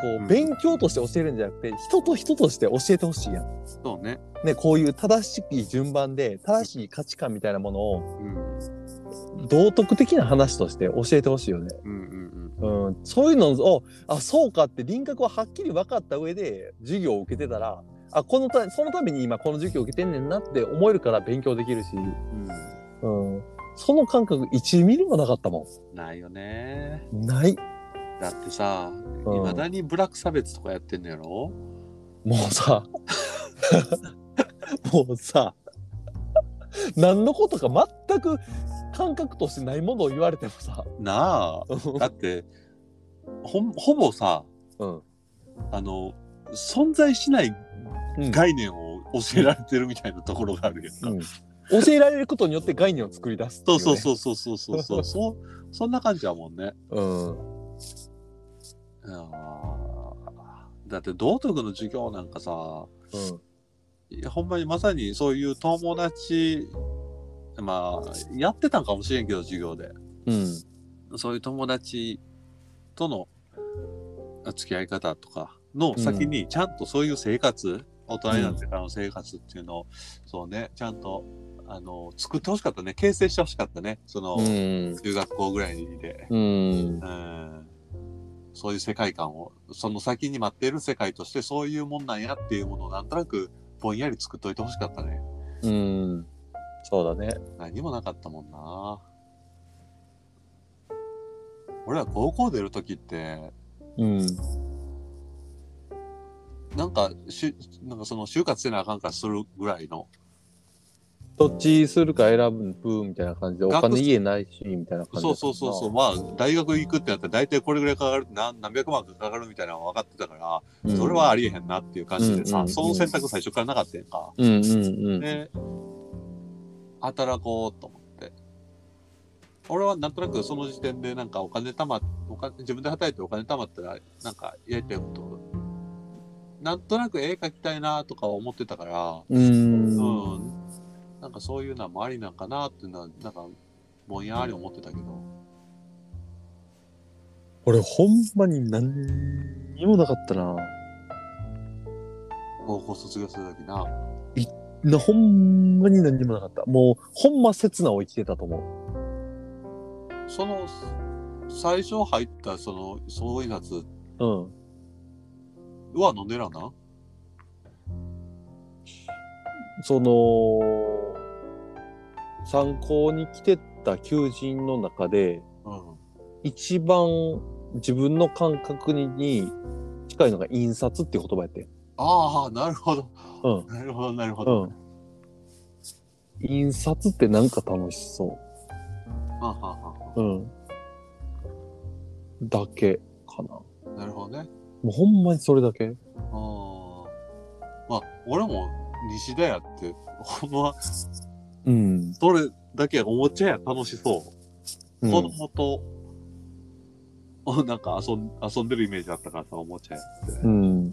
こ
うん
う勉強として教えるんじゃなくて人と人として教えてほしいやん。
そうね。
ね、こういう正しい順番で正しい価値観みたいなものを
うん
道徳的な話として教えてほしいよね、
うんうん
うん。そういうのをあそうかって輪郭をはっきり分かった上で授業を受けてたらあこのたそのために今この授業を受けてんねんなって思えるから勉強できるし、
うん。
うん、その感覚1ミリもなかったも
うん。ないよね。
ん。ない。
だってさ、
うん
いまだにブラック差別とかやってんのやろ
もうさ <laughs> もうさ何のことか全く感覚としてないものを言われてもさ。 <laughs>
なあ。だって、ほんほぼさ、
うん
あの、存在しない概念を教えられてるみたいなところがあるよ、んか。
うん、教えられることによって概念を作り出すってい
そうう
ね、
そうそうそうそうそうそ
<laughs>
う。そうそんな感じだもんね。
うん
いやーだって道徳の授業なんかさ、
うん
いやほんまにまさにそういう友達まあやってたんかもしれんけど授業で
うん
そういう友達とのあ付き合い方とかの先にちゃんとそういう生活、大人になってからの生活っていうのを、そうねちゃんとあの作ってほしかったね形成してほしかったねその、
うん
中学校ぐらいで、
うん
うん、そういう世界観をその先に待っている世界としてそういうもんなんやっていうものをなんとなくぼんやり作っといてほしかったね。
うんそうだね
何もなかったもんな俺ら高校出る時って
うん
なんかしなんかその就活せなあかんからするぐらいの
どっちするか選ぶみたいな感じでお
学
金家ないしみたいな感じ
そうそうそうそうまあ大学行くってなったら大体これぐらいかかる何何百万かかかるみたいなのは分かってたから、
う
それはありえへんなっていう感じでさ、
うんうんうん
その選択最初からなかったやんか、
うんうんうん、
で働こうと思って俺はなんとなくその時点でなんかお金貯まっお金自分で働いてお金貯まったらなんかやりたいことなんとなく絵描きたいなとか思ってたから
うん
うん、なんかそういうのもありなんかなっていうのはなんかぼんやり思ってたけど
俺ほんまに何にもなかったな
高校卒業する時な
なほんまに何にもなかったもうほんま刹那を生きてたと思
その最初入ったその総印刷
ううん
は飲んでらんな
その参考に来てた求人の中で
うん
一番自分の感覚にに近いのが印刷っていう言葉やって
ああなるほど
うん
なるほどなるほ
う
ど、
ん印刷ってなんか楽しそ
はあはあはあ
ううんだけかなも
なるほどね。
うほんまにそれだけ
あーまあ、俺も西田屋って、ほんま、
うん、
それだけおもちゃや楽しそう。
うん
子供と、 <laughs> おなんか遊ん遊んでるイメージあったからさ、おもちゃやって。
うん、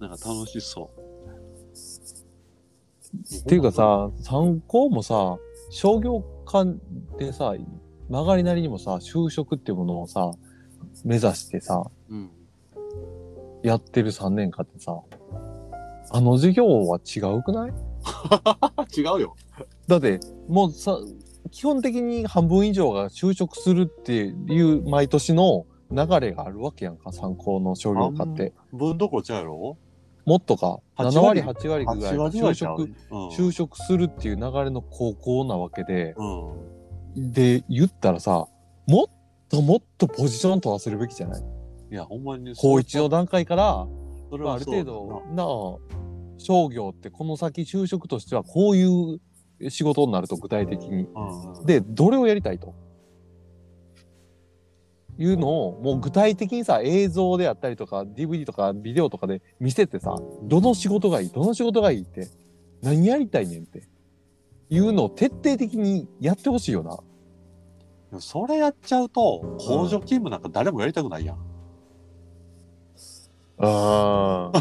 っ
なんか楽しそう。って
いうか、さ参考もさ商業間でさ曲がりなりにもさ就職っていうものをさ目指してさ、
うん。
やってる3年間ってさ、あの授業は違うくない
あ、違うよ。
だって、もうさ、基本的に半分以上が就職するっていう毎年の流れがあるわけやんか、参考の商業科って。
分どころちゃうやろ
もっとか、
8
7
割
割、8割ぐらい
?8
が
割ぐら
就
いちゃう。
職、
うん
就職するっていう流れの高校なわけで、
うん。
で、言ったらさ、もっともっとポジション取らせるべきじゃない
いや、ほんまにそう。
高一の段階から、
それ
まあ、あ
は
る
そうだ
程
な
度なあ商業ってこの先就職としてはこういう仕事になると具体的に
うんうん
でどれをやりたいというのをもう具体的にさ映像であったりとか DVD とかビデオとかで見せてさどの仕事がいいどの仕事がいいって何やりたいねんっていうのを徹底的にやってほしいよな。
でもそれやっちゃうと、工場勤務なんか誰もやりたくないやん。
あ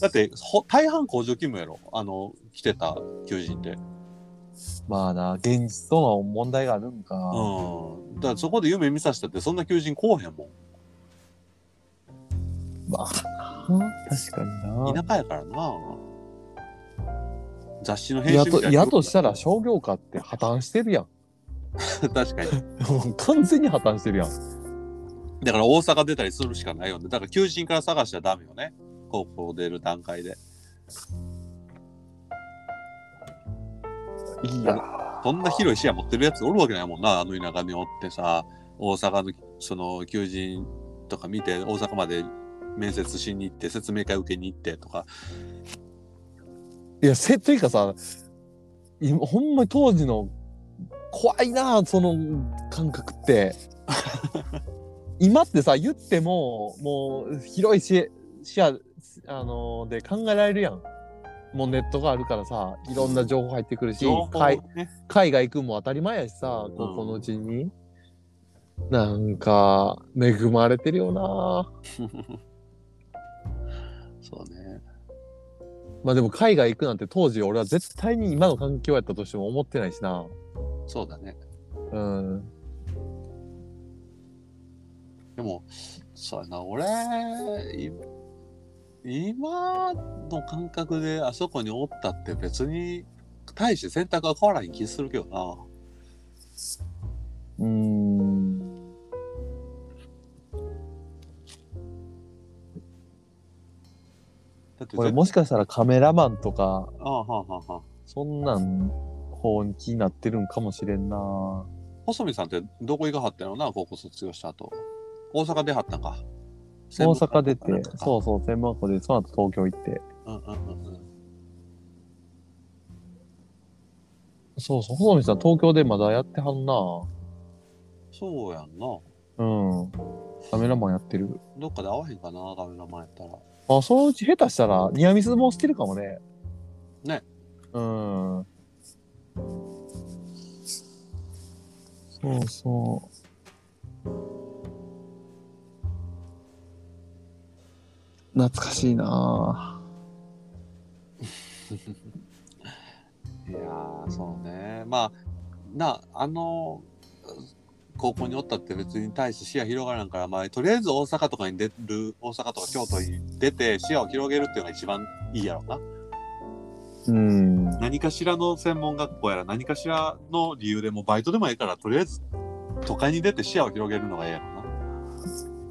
だって、ほ大半工場勤務やろ。あの、来てた求人って。
<laughs> まあな現実との問題があるんか。
うん。だからそこで夢見させたって、そんな求人来おへんも
まあな確かに
ん。
な。
田舎やからな。雑誌の編
や
集み
と
たいな
やとしたら商業化って破綻して
<laughs>
るやん。
確かに。
もう完全に破綻してるやん。
だから大阪出たりするしかないよね。だから求人から探しちゃダメよね。高校出る段階で。
い
やそんな広い視野持ってるやつおるわけないもんな。あの田舎におってさ、大阪のその求人とか見て、大阪まで面接しに行って、説明会受けに行ってとか。
いや、せ、というかさ、今、ほんまに当時の、怖いなあその感覚
<laughs>
って。今ってさ、言っても、もう、広い視視野、あのーで考えられるやん。もうネットがあるからさ、いろんな情報入ってくるし、
情報
海
ね。
海外行くんも当たり前やしさ、高校のうちに。なんか、恵まれてるよなあ
そうね。
まあでも海外行くなんて当時俺は絶対に今の環境やったとしても思ってないしな。
そうだね。
うん。
でも、そうやな、俺、い今の感覚であそこにおったって別に大して選択が変わらない気するけどな。
うーん
だって
これもしかしたらカメラマンとか
ああはあはあはあ
そんなん方に気になってるんかもしれんな
細見さんってどこ行かはったのな高校卒業した後大阪出はったんか
大阪出て
う
そうそう専門学校でその後東京行って
うんうんうんうん
そうそう細見さん東京でまだやってはんな
そうやんな
うんカメラマンやってる
どっかで会わへんかなカメラマンやったら
あそのうち下手したらニアミスもしてるかもね
ね
うんそうそう懐かしいなあ
いやーそうねまあなあの高校におったって別に大して視野広がらんから、まあ、とりあえず大阪とかに出る大阪とか京都に出て視野を広げるっていうのが一番いいやろうな
うん
何かしらの専門学校やら何かしらの理由でもバイトでもいいからとりあえず都会に出て視野を広げるのがええやろな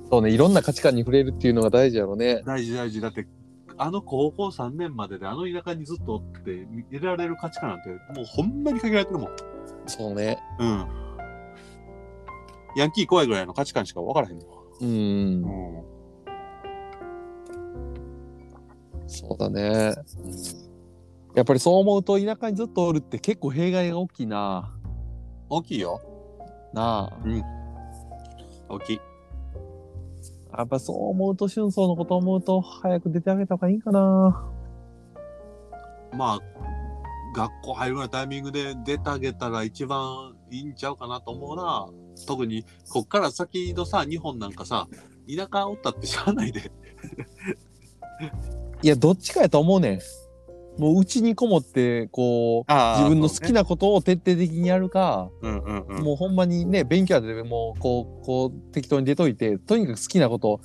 そうねいろんな価値観に触れるっていうのが大事やろうね
大事大事だってあの高校3年までであの田舎にずっとおって得られる価値観なんてもうほんまに限られてるもん
そうね
うんヤンキー怖いぐらいの価値観しか分からへんも
うん
ん、うん
そうだねやっぱりそう思うと田舎にずっとおるって結構弊害が大きいな
大きいよ
なあ
大きい
やっぱそう思うと、春草のこと思うと、早く出てあげた方がいいかな。
まあ学校入るようなタイミングで出てあげたら一番いいんちゃうかなと思うな特にこっから先のさ日本なんかさ田舎おったってしゃあないで
いや、どっちかやと思うねん。もう、うちにこもって、こう、
自
自分の好きなことを徹底的にやるか、
うんうんうん
もうほんまにね、勉強でもう、こう、こう、適当に出といて、とにかく好きなこと、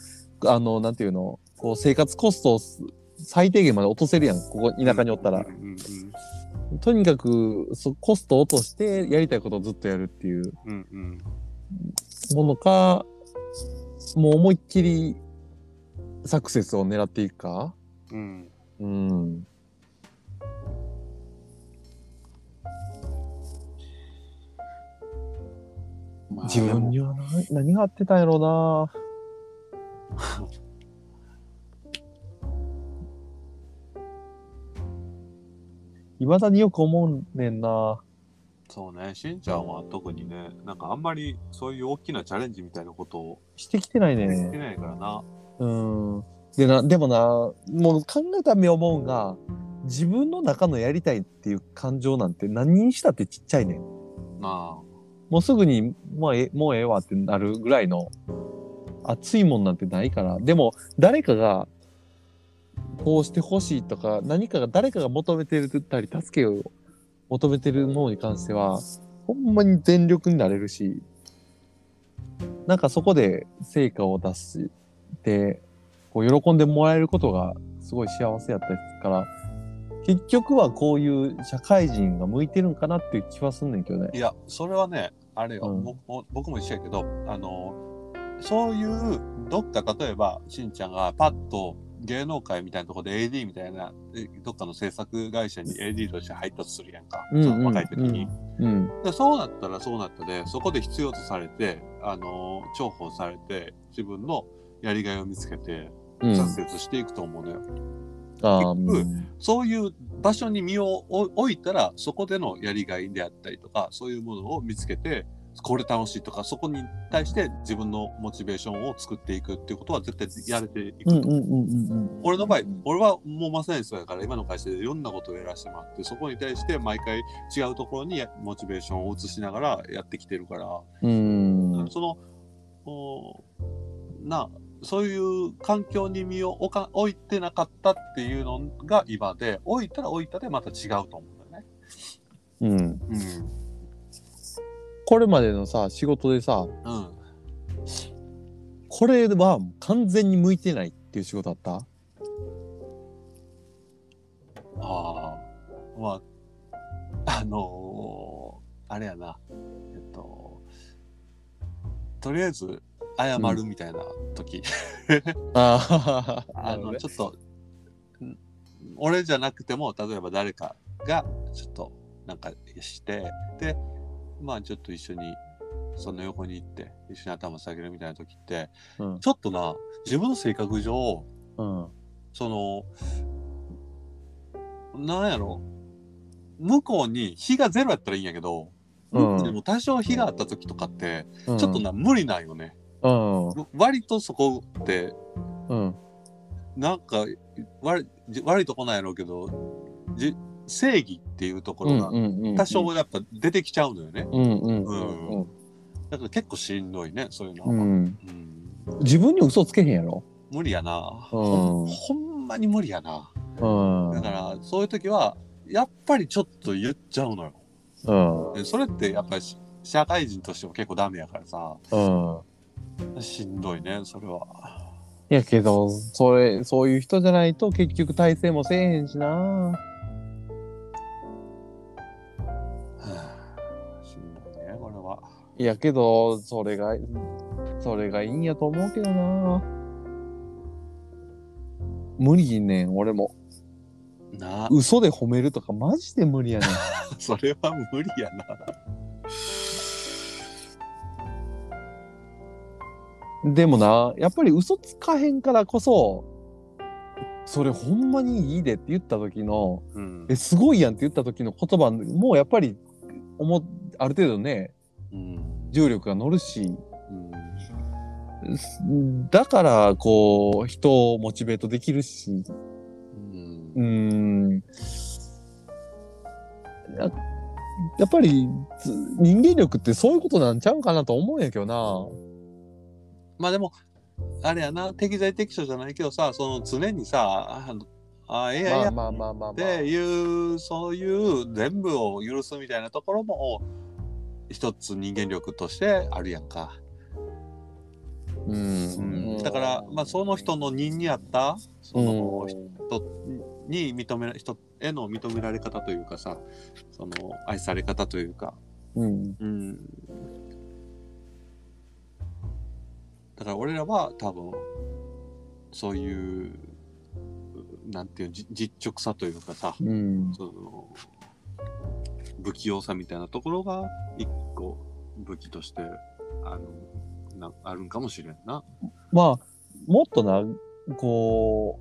あの、なんていうの、こう、生活コストを最低限まで落とせるやん、ここ、田舎におったら
うん。うん
とにかく、そコストを落として、やりたいことをずっとやるっていう。
うんうん
ものか、もう思いっきりサクセスを狙っていくか。
うんうん
うん。
まあ
自分
で
にはな何が合ってたんやろうな未だによく思うねんな
もそうねしんちゃんは特にねなんかあんまりそういう大きなチャレンジみたいなことを
してきてない
できて
ね
ないからな、
うんでなでもなもう考えた目思うんが自分の中のやりたいっていう感情なんて何にしたってちっちゃいねん
ま
もうすぐに、まあ、えもうええわってなるぐらいの熱いもんなんてないからでも誰かがこうしてほしいとか何かが誰かが求めてるたり助けを求めてるものに関してはほんまに全力になれるしなんかそこで成果を出すでこう喜んでもらえることがすごい幸せやったりするから結局はこういう社会人が向いてるんかなっていう気はすんねんけどね
あ。いやそれはねあれよ、
うん
僕も僕も一緒やけどあのそういうどっか例えばしんちゃんがパッと芸能界みたいなところで AD みたいなえどっかの制作会社に AD として配達するやんか、
うんうん
その若い時に、
うん
でそうなったらそうなったでそこで必要とされてあの重宝されて自分のやりがいを見つけて
うん、
挫折していくと思うのよ、
あー
結局そういう場所に身を置いたらそこでのやりがいであったりとかそういうものを見つけてこれ楽しいとかそこに対して自分のモチベーションを作っていくっていうことは絶対やれていくと
うん
思
う
う、
んうんうん
俺の場合、俺はもうまさにそうやから、今の会社でいろんなことをやらせてもらって、そこに対して毎回違うところにモチベーションを移しながらやってきてるから、
うんうん
その、おな、そういう環境に身を置か置いてなかったっていうのが今で、置いたら置いたでまた違うと思うんだよね。
うん
うん。
これまでのさ仕事でさ
うん。
これは完全に向いてないっていう仕事だった
ああ、まあ、あのーあれやな、えっと、とりあえず謝るみたいな時、
あー
あの、ちょっと、ん俺じゃなくても、例えば誰かが、ちょっと、なんかして、で、まあ、ちょっと一緒に、その横に行って、一緒に頭下げるみたいな時って、
うん
ちょっとな、自分の性格上、
うん
その、なんやろ、向こうに火がゼロやったらいいんやけど、
うん
でも多少火があった時とかって、
ちょ
ちょっとな、無理なんよね。
うん
割とそこって、
うん
なんか、悪いじ悪いとこなんやろうけど、じ正義っていうとこ
う
ろ
ん
が、
うんうん
多少やっぱ出てきちゃうのよね。
うんうんうん
だから結構しんどいね、そういうのは。
う
うん
ん自分に嘘つけへんやろ
無理やな、
うん
ほん。ほんまに無理やな。
うん
だから、そういう時は、やっぱりちょっと言っちゃうのよ。
うん
でそれってやっぱりし社会人としても結構ダメやからさ
うん
しんどいねそれは <sighs>
やけどそれそういう人じゃないと結局体制もせえへんしな
はあしんどいねこれはい
やけどそれがそれがいいんやと思うけどな無理ねん俺も
なあ
嘘で褒めるとかマジで無理やねん
それは無理やな
でもなやっぱり嘘つかへんからこそそれほんまにいいでって言った時の
うん
えすごいやんって言った時の言葉もうやっぱり思っある程度ね
うん
重力が乗るし
うん
だからこう人をモチベートできるし
うん
うーんややっぱりつ人間力ってそういうことなんちゃうかなと思うんやけどな。
まあでもあれやな適材適所じゃないけどさその常にさあのあええやんええ
ま
や
あまあまあまあまあ。
っていうそういう全部を許すみたいなところも一つ人間力としてあるやんか。
うん
だから、まあ、その人の人に合ったその人に認めら人への認められ方というかさその愛され方というか、
うん
うん、だから俺らは多分そういうなんていうのじ実直さというかさ
うん
その不器用さみたいなところが一個武器としてあのなあるんかもしれんな。
まあ、もっとな、こ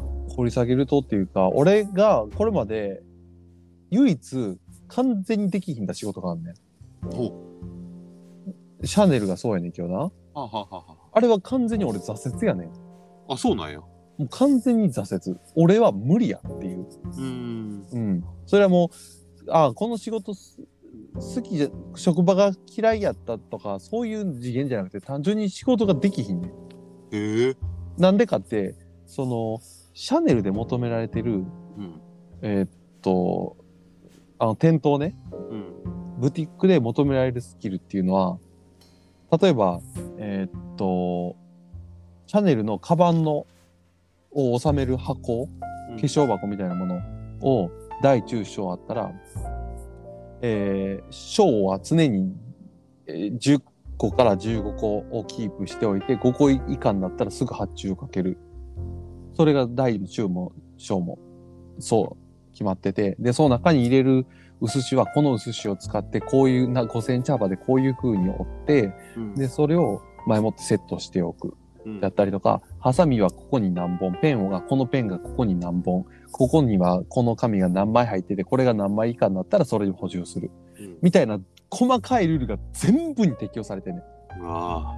う、掘り下げるとっていうか、俺がこれまで唯一完全にできひんだ仕事があんね
ほ
ん。シャネルがそうやねんけどな。
あはあはあは
あれは完全に俺挫折やねん。
あ。あそうなんや。
もう完全に挫折。俺は無理やっていう。
うーん。
うん。それはもう、あこの仕事す好きじゃ、職場が嫌いやったとか、そういう次元じゃなくて、単純に仕事ができひんねん。
へえ。
なんでかって、その、シャネルで求められてる、
うん。
えーっと、あの、店頭ね、
うん。
ブティックで求められるスキルっていうのは、例えば、えーっと、シャネルのカバンの、を収める箱、
化
化粧箱みたいなものを大中小あったら、えー小は常にえー10個から15個をキープしておいて、5個以下になったらすぐ発注をかける。それが大も中も小も、そう、決まってて。で、その中に入れる薄紙は、この薄紙を使って、こういうな5センチ幅でこういう風に折って、
うん
で、それを前もってセットしておく。
うん
だったりとか、ハサミはここに何本、ペンはこのペンがここに何本、ここにはこの紙が何枚入ってて、これが何枚以下になったらそれに補充する。
うん
みたいな細かいルールが全部に適用されてんねん。
あ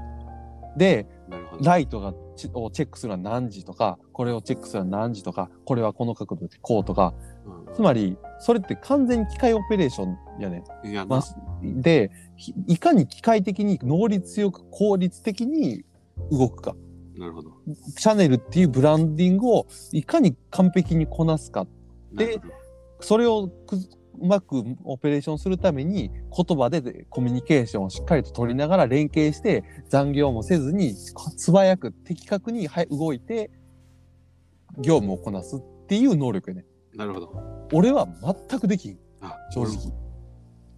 で、
あ、なるほど。
ライトがチをチェックするのは何時とか、これをチェックするのは何時とか、これはこの角度でこうとか、
うん
つまり、それって完全に機械オペレーションやねん。
いや
ま
な
あ、で、ひいかに機械的に能率よく効率的に動くか。
なるほど。
シャネルっていうブランディングをいかに完璧にこなすか
なるほど
それをくずうまくオペレーションするために言葉ででコミュニケーションをしっかりと取りながら連携して残業もせずにこ素早く的確にはい動いて業務をこなすっていう能力やね
なるほど。
俺は全くできん
あ
正直
俺も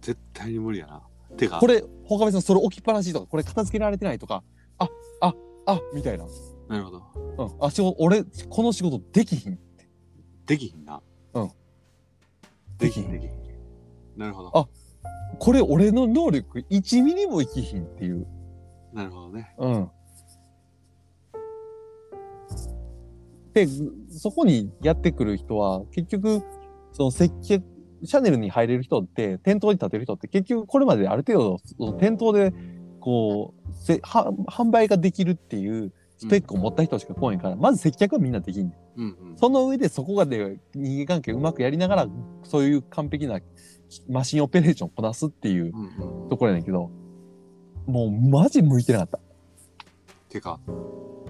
絶対に無理やな。てか、
これ他部さんそれ置きっぱなしとかこれ片付けられてないとかあああみたいな、
なるほど。
うん、あし俺この仕事できひん
できひんな。
うん。
できひん、
で
できひん。なるほど。
あこれ俺の能力1ミリも生きひんっていう
なるほどね。
うん。で、そこにやってくる人は、結局、その接客、シャネルに入れる人って、店頭に立てる人って、結局これまである程度、その店頭で、こう、せは販売ができるっていうスペックを持った人しか来へんから、まず接客はみんなできんねん
うんうん。
その上でそこがで人間関係うまくやりながら、そういう完璧なマシンオペレーションをこなすっていう
うんうんうん
ところやねんけど、もうマジ向いてなかった。
てか、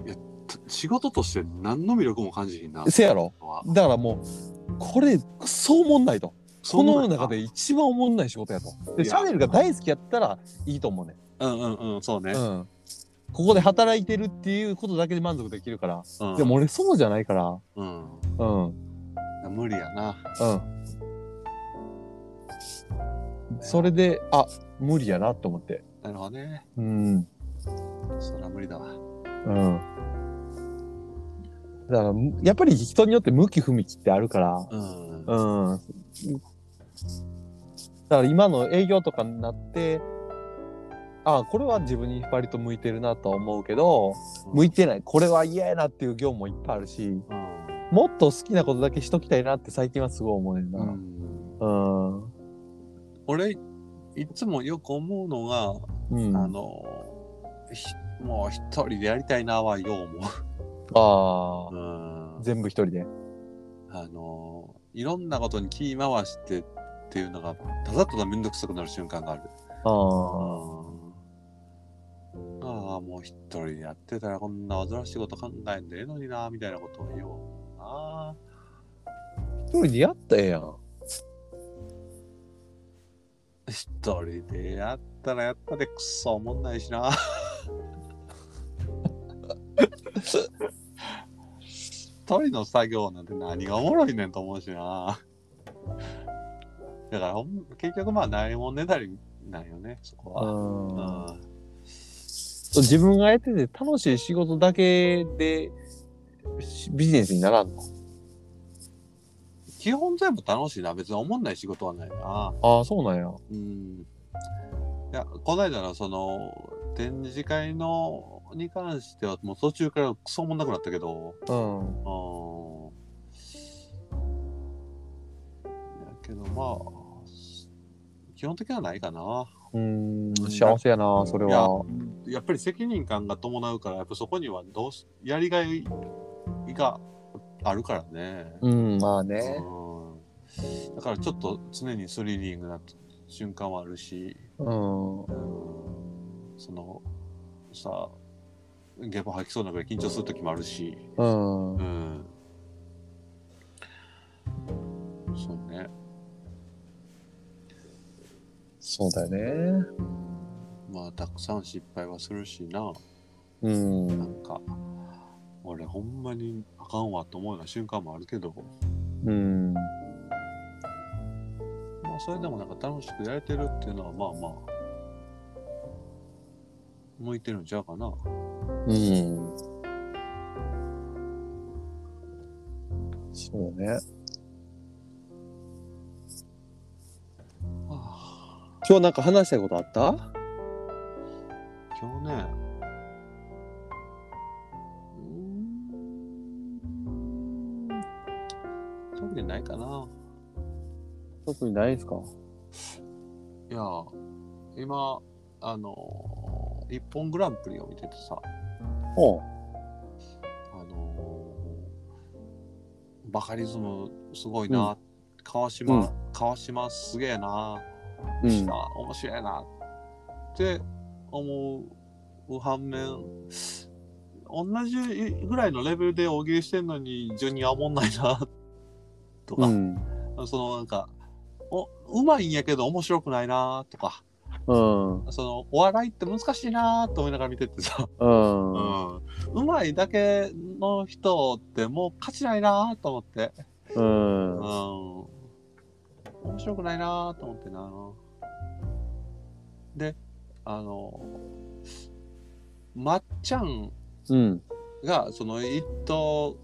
いや、た仕事として何の魅力も感じひんな。
せやろ
は
だからもうこれクソおもんないとこの世の中で。一番おもんない仕事やとで
い
シ
や
ャネルが大好きやったらいいと思うね、
そんなうんうんうん、そうね
う。ん、ここで働いてるっていうことだけで満足できるから、
うん
でも、俺そうじゃないから
うん。
うんうん
無理やな。
それであ無理やなと思って
なるほどね。
うん
そりゃ無理だわ。
うんだからやっぱり人によって向き不向きってあるから
うん。
うん。だから今の営業とかになって、ああ、これは自分に割と向いてるなとは思うけど、向いてない、これは嫌やなっていう業務もいっぱいある
う
し、
ん
もっと好きなことだけしときたいなって最近はすごい思うねんな。
うん。
うん。うん。
俺、いつもよく思うのが、あの、ひもう一人でやりたいなはよう思
あ <laughs>
う。うん
あ、全部一人で。
あのいろんなことに気回してっていうのがただただめんどくさくなる瞬間がある。
ああ。
うんああ、もう一人でやってたらこんな煩わしいこと考えんでええのにな、みたいなことを言おうな。
一人でやったらええやん。
一人でやったらやったでくっそ思んないしな。一人の作業なんて何がおもろいねんと思うしな。だからほん結局まあないもんねだりなんよね、そこは。
うん。
うん
自分がやってて楽しい仕事だけでしビジネスにならんの
基本全部楽しいな。別に思んない仕事はないな。
ああ、そうなんや。
うん。いやこの間のその展示会のに関してはもう途中からクソもんなくなったけど
うん。
あーやけどまあ基本的にはないかな
うん、幸せやな、それは。
やっぱり責任感が伴うからやっぱそこにはどうしやりがいがあるからね、
うん、まあね。
うんだからちょっと常にスリリングな瞬間はあるし、
うん。
うんそのさゲボ吐きそうなぐらい緊張する時もあるし、
うん
う。ん、そうね
そうだよね。
まあたくさん失敗はするしな
うん
な。んか俺ほんまにあかんわと思うような瞬間もあるけど、
うん。
まあ、それでもなんか楽しくやれてるっていうのはまあまあ向いてるんちゃうかな
うん。そうね。
はあ
今日なんか話したいことあった
今日ねうーん特にないかな
特にないですか
いや今あの一本グランプリを見ててさ
おう
あのーバカリズムすごいな、
うん
川島、川島すげえな、
うん。
あ面白いなって思う反面同じぐらいのレベルで大喜利してんのにジュニアおもんないなと
う
か、
ん。
そのなんかおうまいんやけど面白くないなとか
うん。
そのお笑いって難しいなと思いながら見ててさ
うん。
うんうまいだけの人ってもう勝ちないなと思って、
う
うんん、。面白くないなと思ってなであのまっちゃん
うん。
がその一等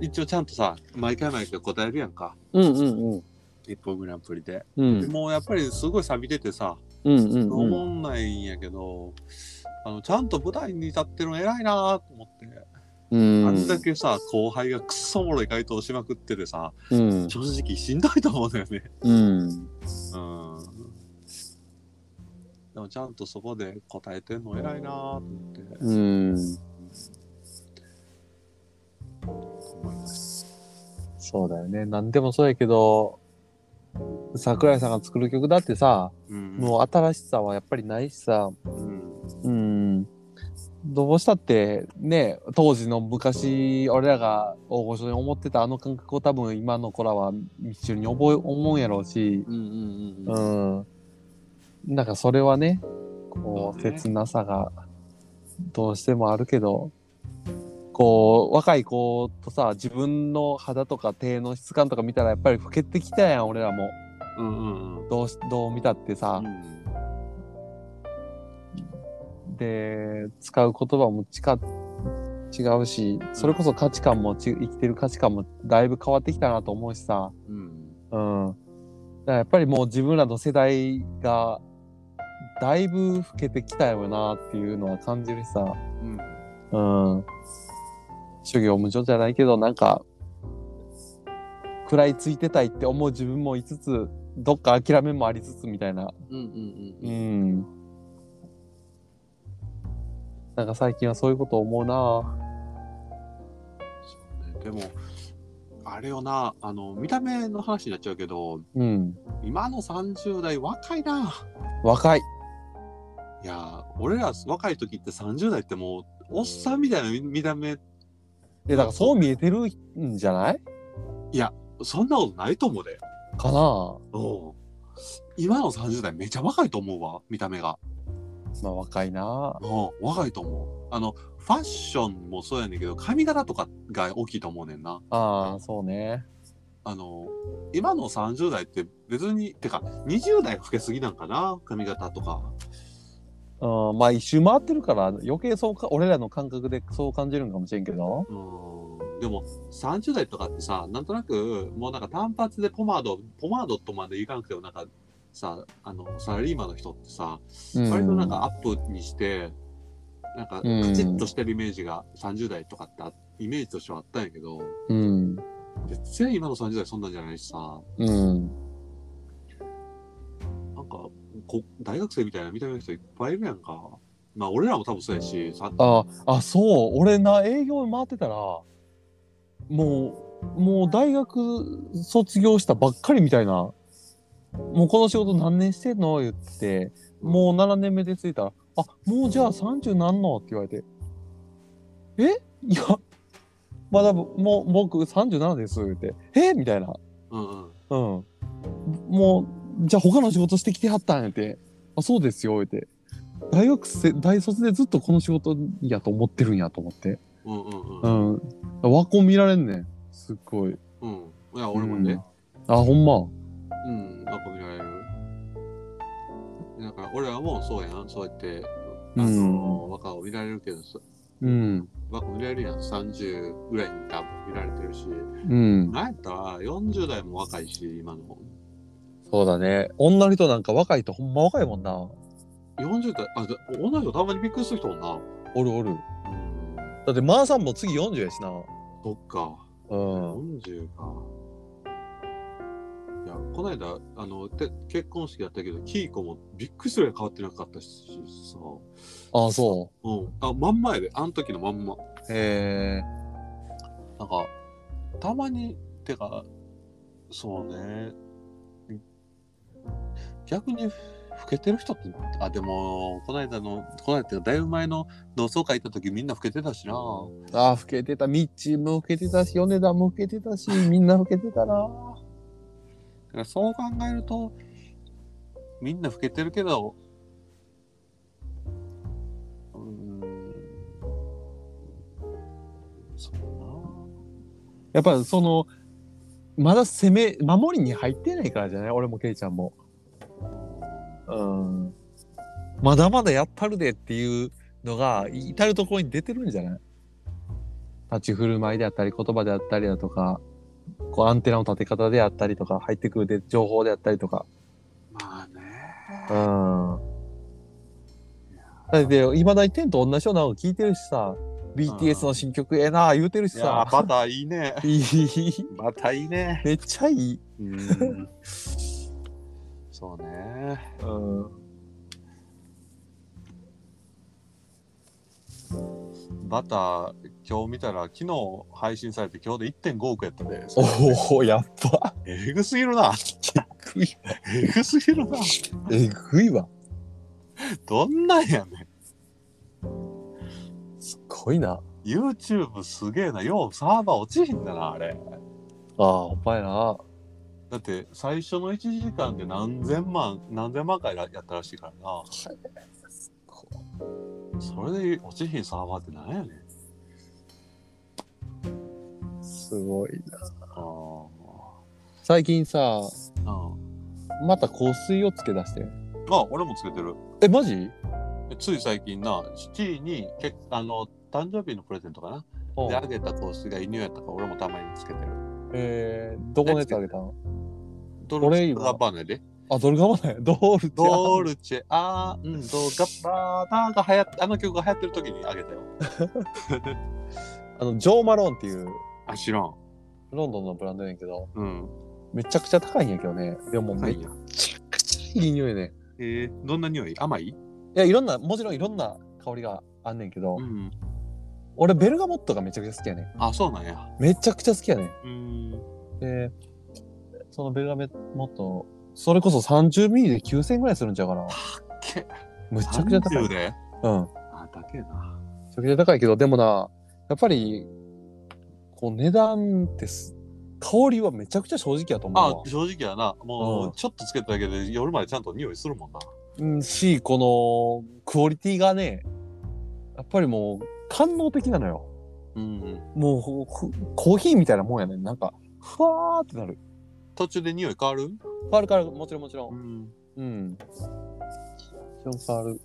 一応ちゃんとさ毎回毎回答えるやんか
うん。うん。
一本グランプリで、
うん。
もうやっぱりすごい錆びててさ
うん。うん。
思もんないんやけど、あのちゃんと舞台に立ってるの偉いなと思って。
うん。
あんだけさ、後輩がくっそおもろい回答しまくっててさ、
うん。
正直しんどいと思うんだよね。
うん。
うん。でもちゃんとそこで答えてんの偉いなと思って
うん。
思いまし
そうだよね。何でもそうやけど、桜井さんが作る曲だってさ、
た。うん
もう新しさはやっぱりないしさ、
うん。
うん。どうしたってね、当時の昔、俺らが大御所に思ってたあの感覚を多分今の子らは一緒に覚え、思うんやろうし、
うんうんうん。
うん。なんかそれはね、こう、
そうね
切なさがどうしてもあるけど、こう、若い子とさ、自分の肌とか手の質感とか見たらやっぱり老けてきたやん、俺らも。
うんうんうん。
どうし、どう見たってさ
う。ん
で、使う言葉もちか違うし、それこそ価値観もち、生きてる価値観もだいぶ変わってきたなと思うしさ。
うん。
うん。だからやっぱりもう自分らの世代がだいぶ老けてきたよなっていうのは感じるしさ。
うん。
うん。諸行無常じゃないけど、なんか、食らいついてたいって思う自分もいつつ、どっか諦めもありつつみたいな。
うん
う
うん
ん。なんか最近はそういうこと思うな
うん。でも、あれよな、あの、見た目の話になっちゃうけど、
うん。
今の30代若いな。
若い。
いやー、俺ら若い時って30代ってもう、おっさんみたいな見見た目
え、だからそう見えてるんじゃない
そんなことないと思うで。
かな
うん。今の30代めちゃ若いと思うわ、見た目が。
まあ若いな
うん、若いと思う。あの、ファッションもそうやねんけど、髪型とかが大きいと思うねんな。
ああ、そうね。
あの、今の30代って別に、てか、20代老けすぎなんかな、髪型とか。
うん、まあ一周回ってるから余計そうか俺らの感覚でそう感じるんかもしれんけど
うん。でも、30代とかってさ、なんとなく、もうなんか単発でポマード、ポマードとまでいかなくても、なんか、さあのサラリーマンの人ってさ、
うん
割となんかアップにしてなんかカチッとしてるイメージが30代とかってあイメージとしてはあったんやけど
うん
絶対今の30代そんなんじゃないしさ
うん
なんかこ大学生みたいな見た目の人いっぱいいるやんかまあ俺らも多分そうやしさ
ああそう俺な営業回ってたらもうもう大学卒業したばっかりみたいなもうこの仕事何年してんの言ってもう7年目でついたら「あもうじゃあ30なんの?」って言われて「えいやまだもう僕37です」って「えみたいな
うんうん
うん。もう、じゃあ他の仕事してきてはったんやて。あ、そうですよ、言うて。大学生、大卒でずっとこの仕事やと思ってるんやと思って。
うんうん
う
うん
ん。和光見られんねん。すっごい。
うんいや俺もね
あ、ほんま。
うん、なんか見られる。だから俺らもそうやん、そうやって、
う
あ
ん
の、若を見られるけど、そ
うん。
若を見られるやん、30ぐらいに多分見られてるし、
うん。
なんやったら40代も若いし、今の。
そうだね。女の人なんか若いとほんま若いもんな。
40代、あ、で同じ人たまにびっくりする人おんな。
おるおる。
うん、
だって、マーさんも次40やしな。
そっか、
うん。
40か。いや、この間、あの、て結婚式やったけど、キーコもびっくりするぐらい変わってなかったしさ、
あ、そ
うん、あ、まんまやで、あの時のまんま。
う。へえ。
なんか、たまに、てか、そうね。逆に、老けてる人って、あ、でも、この間の、この間っていうかだいぶ前の同窓会行った時みんな老けてたしな。
あ、老けてた。ミッチーも老けてたし、米田も老けてたし、みんな老けてたな。
だからそう考えると、みんな老けてるけど、うーん、そう
やっぱそのまだ攻め守りに入ってないからじゃない俺もケイちゃんも。うん。まだまだやったるでっていうのが至る所に出てるんじゃない立ち振る舞いであったり言葉であったりだとかこうアンテナの立て方であったりとか入ってくるで情報であったりとか。
な。まあね。
うん。だっていまだに天と同じようなの聞いてるしさ BTS の新曲ええな言うてるし
いや
さ。
バターいいね。
いい
バターいいね。
<laughs> めっちゃいい。
うんそうね。
うん
バター、今日見たら、昨日配信されて、今日で1.5億やったで。
おお、やっぱ。
えぐすぎるな。
えぐいわ。
えぐすぎるな。
えぐいわ。
どんなんやねん。
すごいな。あ
YouTube すげえな。ようサーバー落ちひんだな、あれ。
あ、お前な。
だって、最初の1時間で何千万、何千万回やったらしいからな。それで落ちひんサーバーってなんやねん。
すごいな。
あー
最近さ、
うん
また香水をつけ出して。
あ、俺もつけてる。
え、マジ
つい最近な、父にけあの誕生日のプレゼントかな。で、あげた香水が犬やったから俺もたまにつけてる。
えー、どこのやつあげたの
ド
これ
ルチェ
今
ガバーナで。
あ、ドルガバナや。 <laughs> ドール
ドルチェ、あー、うん、ドガバーナが流行っあの曲が流行ってる時にあげた
<laughs>
よ。
あの、ジョー・マローンっていう、
あ、知らん。
ロンドンのブランドやねんけど、
うん。
めちゃくちゃ高いんやけどね。でも、
は
め
い
ち
や。
ゃくちゃいい匂いね。
えー、どんな匂い甘い
いや、いろんな、もちろんいろんな香りがあんねんけど、
うん。
俺、ベルガモットがめちゃくちゃ好きやねん。
あ、そうなんや。
めちゃくちゃ好きやねん。
うん。
で、そのベルガメもっと、それこそ30ミリで9000円ぐらいするんちゃうかな。
け
むちゃくちゃ高い。
30
うん。め
で
ち
あ、だけな。
ゃくちゃ高いけど、でもな、やっぱり、こう値段ってす、香りはめちゃくちゃ正直やと思う
あ
わ、。
正直やな。も
うん
う、ちょっとつけただけで夜までちゃんと匂いするもんな。
うん、し、この、クオリティがね、やっぱりもう、官能的なのよ。
うん。
もうほ、ほコーヒーみたいなもんやねん。なんか、ふわーってなる。
途中で匂い変わる
変わる変わる。もちろんもちろん。
ん。
うん。変わる。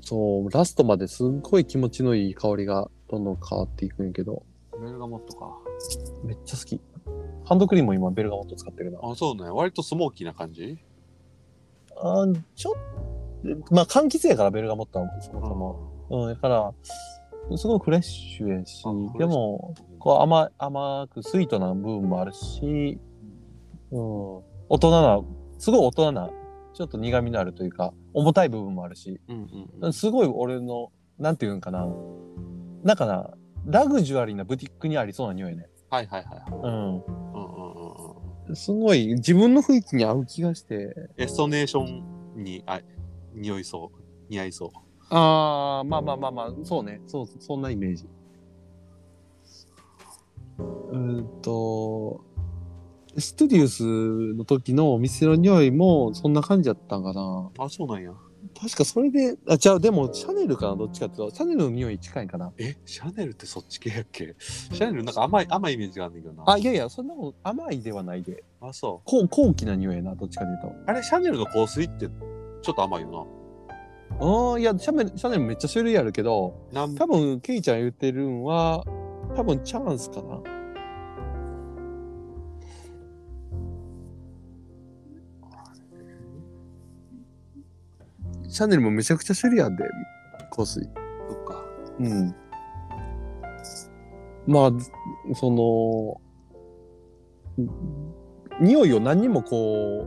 そう、ラストまですっごい気持ちのいい香りがどんどん変わっていくんやけど、
メルガモットか。
めっちゃ好き。
あ
ハンドクリームも今ベルガモット使ってるな。
あ、そうね。割とスモーキーな感じ
あーちょっと、まあ、柑橘やからベルガモットはそもそも。うん、だから、すごいフレッシュやし
あフレッシ、ュ
でも、こう甘甘くスイートな部分もあるし、うん、大人な、すごい大人な、ちょっと苦味のあるというか、重たい部分もあるし、
うんうんうん。
すごい俺の、なんていうんかな、なんかな、ラグジュアリーなブティックにありそうな匂いね。
はいはいはい。
う
う
ん。
んうんうんうん。
すごい、自分の雰囲気に合う気がして。
エストネーションに、あ、匂いそう。似合いそう。
ああ、まあまあまあまあ、そうね。そう、そんなイメージ。うーんと、ストゥディウスの時のお店の匂いもそんな感じだったんかな。
あ、そうなんや。
確かそれで、あ、じゃあでもシャネルかな、どっちかっていうと、シャネルの匂い近いかな。
え、シャネルってそっち系やっけシャネルなんか甘い、甘いイメージがあんねんけどな。
あ、いやいや、そんなもん甘いではないで、
あ、そ
高高貴な匂いやな、どっちかという
う。あれ、シャネルの香水ってちょっと甘いよ
と。うん、いや、シャネル、シャネルめっちゃ種類あるけど、
な。なん
多分、ケイちゃん言ってるんは、多分チャンスかな。シャネルもめちゃくちゃ種類あんで、香水。
そっか。
うん。まあ、ずその、ん匂いを何にもこう、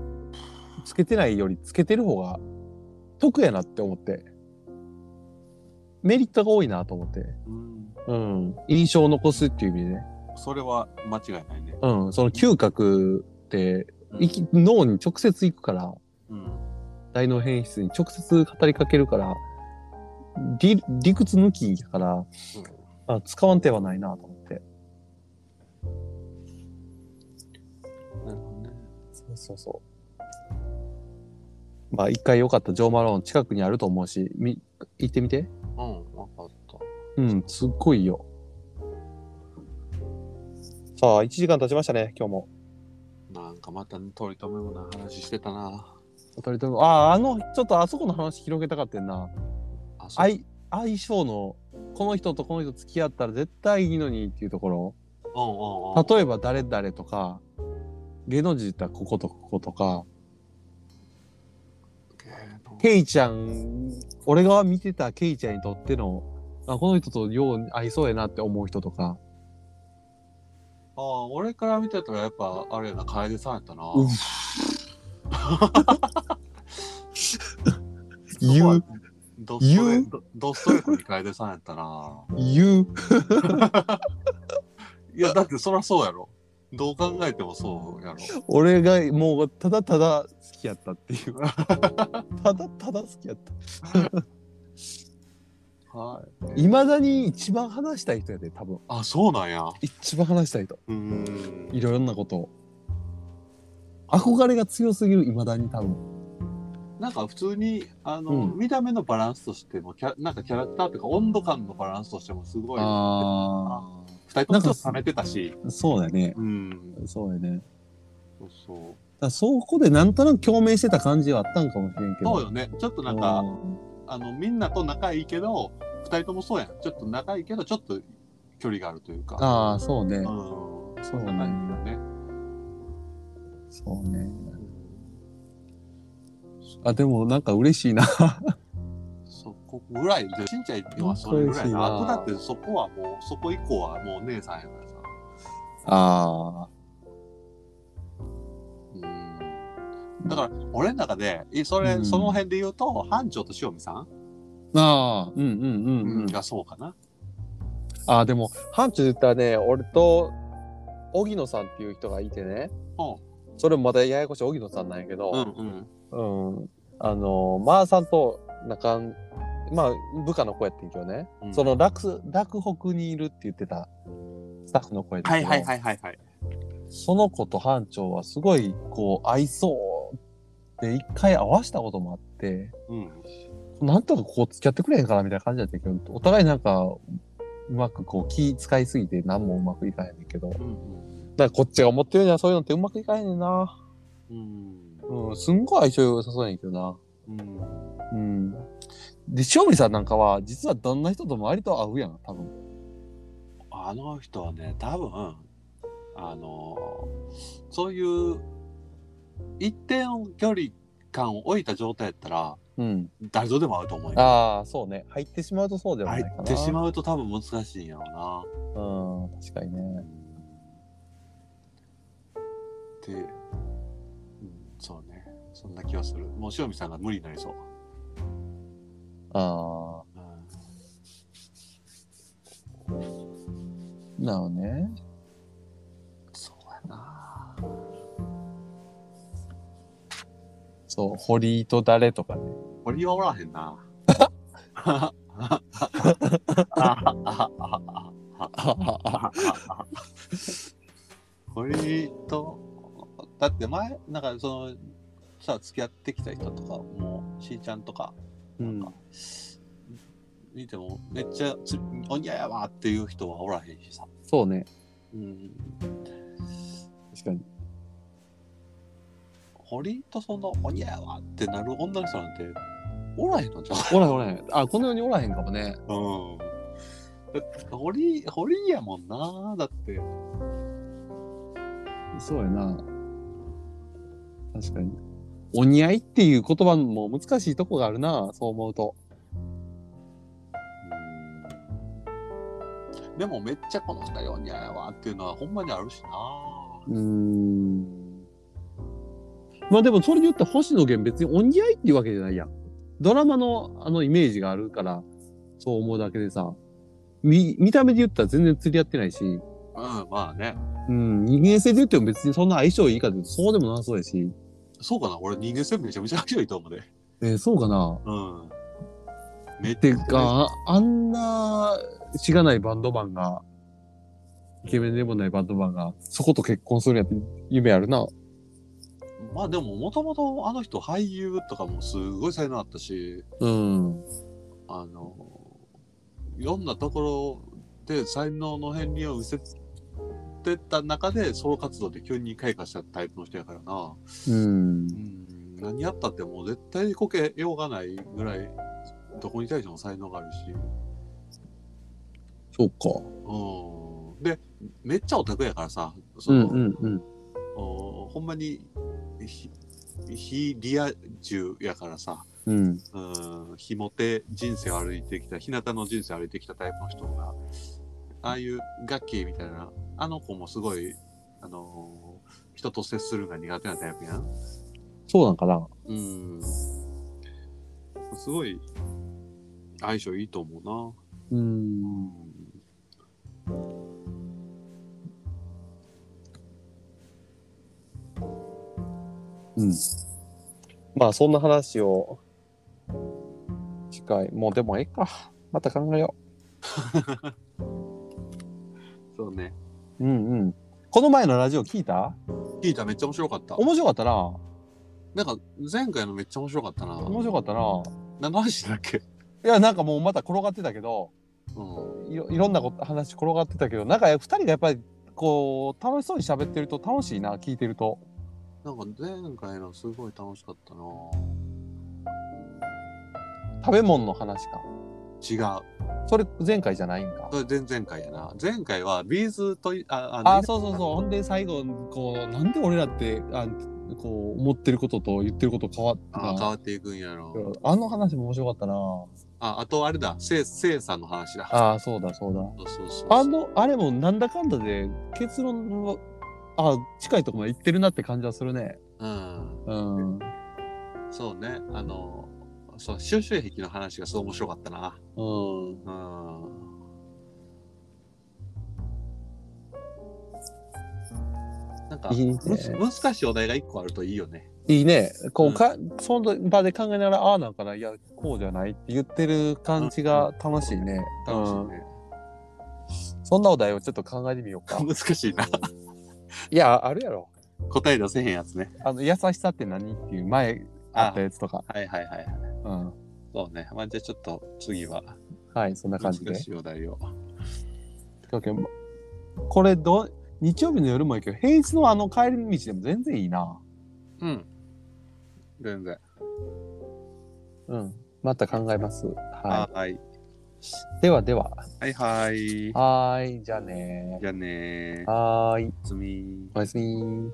つけてないよりつけてる方が得やなって思って。メリットが多いなと思って。
うん。
うん。印象を残すっていう意味でね。
それは間違いないね。
うん。その嗅覚って、
うん
いき脳に直接行くから、
うん。
大脳変質に直接語りかけるから、理理屈抜きやから、あ使わん手はないなと思って。
なるほどね。
そうそうそう。まあ、一回良かったジョー・マローン近くにあると思うし、み行ってみて。
うん、わかった。
うん、すっごいよ。さあ、1時間経ちましたね、今日も。
なんかまたね、取り留めもない話してたな。
お二人ともああ、あの、ちょっとあそこの話広げたかってんな。
あ、そう。
相相性の、この人とこの人付き合ったら絶対いいのにっていうところ。
うんうんうん。
例えば誰々とか、芸能人だったらこことこことか、ケイちゃん、俺が見てたケイちゃんにとっての、あこの人とよう合いそうやなって思う人とか、
ああ、俺から見てたらやっぱ、あれやな、楓さんやったな。 <laughs>
うん
そこは
言う、
ドストレ
言う
ドドストレートに楓さんやったな。
言う。
いや、だってそりゃそうやろ。どう考えてもそうやろ。
俺がもうただただ好きやったっ
<laughs>
ていう。ただただ好きやった。
はい。
いまだに一番話したい人やで、多分。
あ、そうなんや。
一番話したい人。
うーん。
いろんなことを。憧れが強すぎる、いまだに多分。
なんか普通に、あの、
うん
見た目のバランスとしても、キャなんかキャラクターというか温度感のバランスとしてもすごい。
あ
二人ともちょっと冷めてたし。
あ、そうだね。
うん。
そうだね。
そうそう。
だからそこでなんとなく共鳴してた感じはあったんかもしれんけど。
そうよね。ちょっとなんか、
うん
あの、みんなと仲いいけど、二人ともそうやん。ちょっと仲いいけど、ちょっと距離があるというか。
ああ、そうね
う。ん。
そうね
んな感じだね。
そうね。あ、でもなんか嬉しいな。
そこぐらいで、ちんちゃいのはそれぐらいな。あとだってそこはもう、そこ以降はもうお姉さんやからさ。
あ
うん。だから、俺の中で、いそれ、
うん
その辺で言うと、班長と塩見さん、
あ。ああ、うんうんうんうん。
がそうかな。
ああ、でも、班長で言ったらね、俺と、荻野さんっていう人がいてね、
うん
それもまたややこしい荻野さんなんやけ
うん
ど、
うん。
うん、あの、まー、さんと仲ん、まあ、部下の子やってんけどね、
うん
その落、落北にいるって言ってたスタッフの子やってん
はい
けど
はいはいはいはい。
その子と班長はすごい、こう、合いそうで、一回合わしたこともあって、
うん。
なんとかこう付き合ってくれへんかなみたいな感じだったけど、お互いなんか、うまくこう気使いすぎて何もうまくいかないんだけど、だか
うん
らこっちが思ってるにはそういうのってうまくいかへんねんな。
うん。
うん、すんごい相性良さそうやねんけどな。
うん。うん。
うん。で、塩見さんなんかは、実はどんな人とも割と合うやん、多分。
あの人はね、多分、あのそういう一定の距離感を置いた状態やったら
うん。
誰とでも合うと思うよ
ああ、そうね。入ってしまうとそうではな
入
いかな。
ってしまうと多分難しいんやろ
う。うん、確かに
うな。
ね。
で、うん、そうねそんな気はするもう塩見さんが無理になりそう。
あ
うん
あ、なるほどね。
そうやな
そう、堀井と誰とかね。
堀はおらへんな。あ堀と、だって前、なんかその、さ、付き合ってきた人とか、もう、しーちゃんとか、
うん
なんか見ても、めっちゃつ、おにゃやわっていう人はおらへんしさ。
そうね。
うん。
確かに。
堀とその、おにゃやわってなる女の人なんて、おらへんのじゃん。
おらへんおらへん。あ、この世におらへんかもね。
うん。だって堀、堀やもんな。だって、
そうやな。確かに。お似合いっていう言葉も難しいとこがあるな、そう思うと。
うんでもめっちゃこの二人は似合やわっていうのはほんまにあるしな。
うーん。まあでもそれによって星野源別にお似合いっていうわけじゃないやん。ドラマのあのイメージがあるから、そう思うだけでさ、見、見た目で言ったら全然釣り合ってないし、
うん、まあね。
うん、人間性で言っても別にそんな相性いいかって言うとそうでもなさそうやし、
そうかな。俺人間性めちゃめちゃ強いと思うで。
えーそうかな。
うん。めって
か、あんな、しがないバンドマンが、イケメンでもないバンドマンが、そこと結婚するやつ、夢あるな。
まあでももともとあの人俳優とかもすごい才能あったし、
うん。
あの、いろんなところで才能の片鱗を見せてた中で、ソロ活動で急に開花したタイプの人やからな。
うん。
うん、何やったってもう絶対にこけようがないぐらい、どこに対しても才能があるし。
そうか。
うん、で、めっちゃオタクやからさ、そ
うん
の
うんうん。
おほんまにひ非リア充やからさ、
うん。
うん、ひもて人生を歩いてきた、日向の人生を歩いてきたタイプの人が、ああいうガッキーみたいな、あの子もすごい、あのー人と接するのが苦手なタイプやん。
そうなんかな。
うん。すごい、相性いいと思
う
うな。
ん。うん。まあ、そんな話を、次回、もうでもええか。また考えよ
そうね。
う。うんうん。この前のラジオ聞いた
聞いためっちゃ面白かった。
面白かったな。
なんか、前回のめっちゃ面白かったな。
面白かったな。
何の話だっけ
いや、なんかもうまた転がってたけど、
うん。
いろいろんなこと話転がってたけど、なんか2人がやっぱり、こう、楽しそうに喋ってると楽しいな、聞いてると。
なんか、前回のすごい楽しかったな。
食べ物の話か。
違う。
それ前回じゃないんか。
それ前々回やな。前回はビーズとい、あ、あ
あ、そうそうそう。ほんで最後、こう、なんで俺らって、あこう、思ってることと言ってること変わっ
あ変
た
わっていくんやろ。
あの話も面白かったな。
あ、あとあれだ、せい、せいさんの話だ。
ああ、そうだそうだ。
そうそうそう。
あの、あれもなんだかんだで結論は、あ近いところまで行ってるなって感じはするね。
うん。
うん。
そうね。あの、そう、収集癖の話がすごい面白かったな。
うん。
うん。なんか、
いいね
むず難しいお題が一個あるといいよね。
いいね。こ
うん
うか、その場で考えながら、ああなんかな、いや、こうじゃないって言ってる感じが楽しいね。
楽しい
うん
ね。。
そんなお題をちょっと考えてみようか
<laughs> 難しいな。
いや、あるやろ。
答え出せへんやつね。
あの、優しさって何っていう前あったやつとか。
はいはいはい。
うん。
そうね。まあ、じゃあちょっと次は、
はい、そんな
難
感じで。
しいお題を。
OK まこれどう、日曜日の夜もいいけど、平日のあの帰り道でも全然いいな。
うん。全然。
うん。また考えます。はい。
はい。
ではでは。
はいはい。
はーい。じゃあね
じゃあねー。
はーい。
おやすみ
おやすみ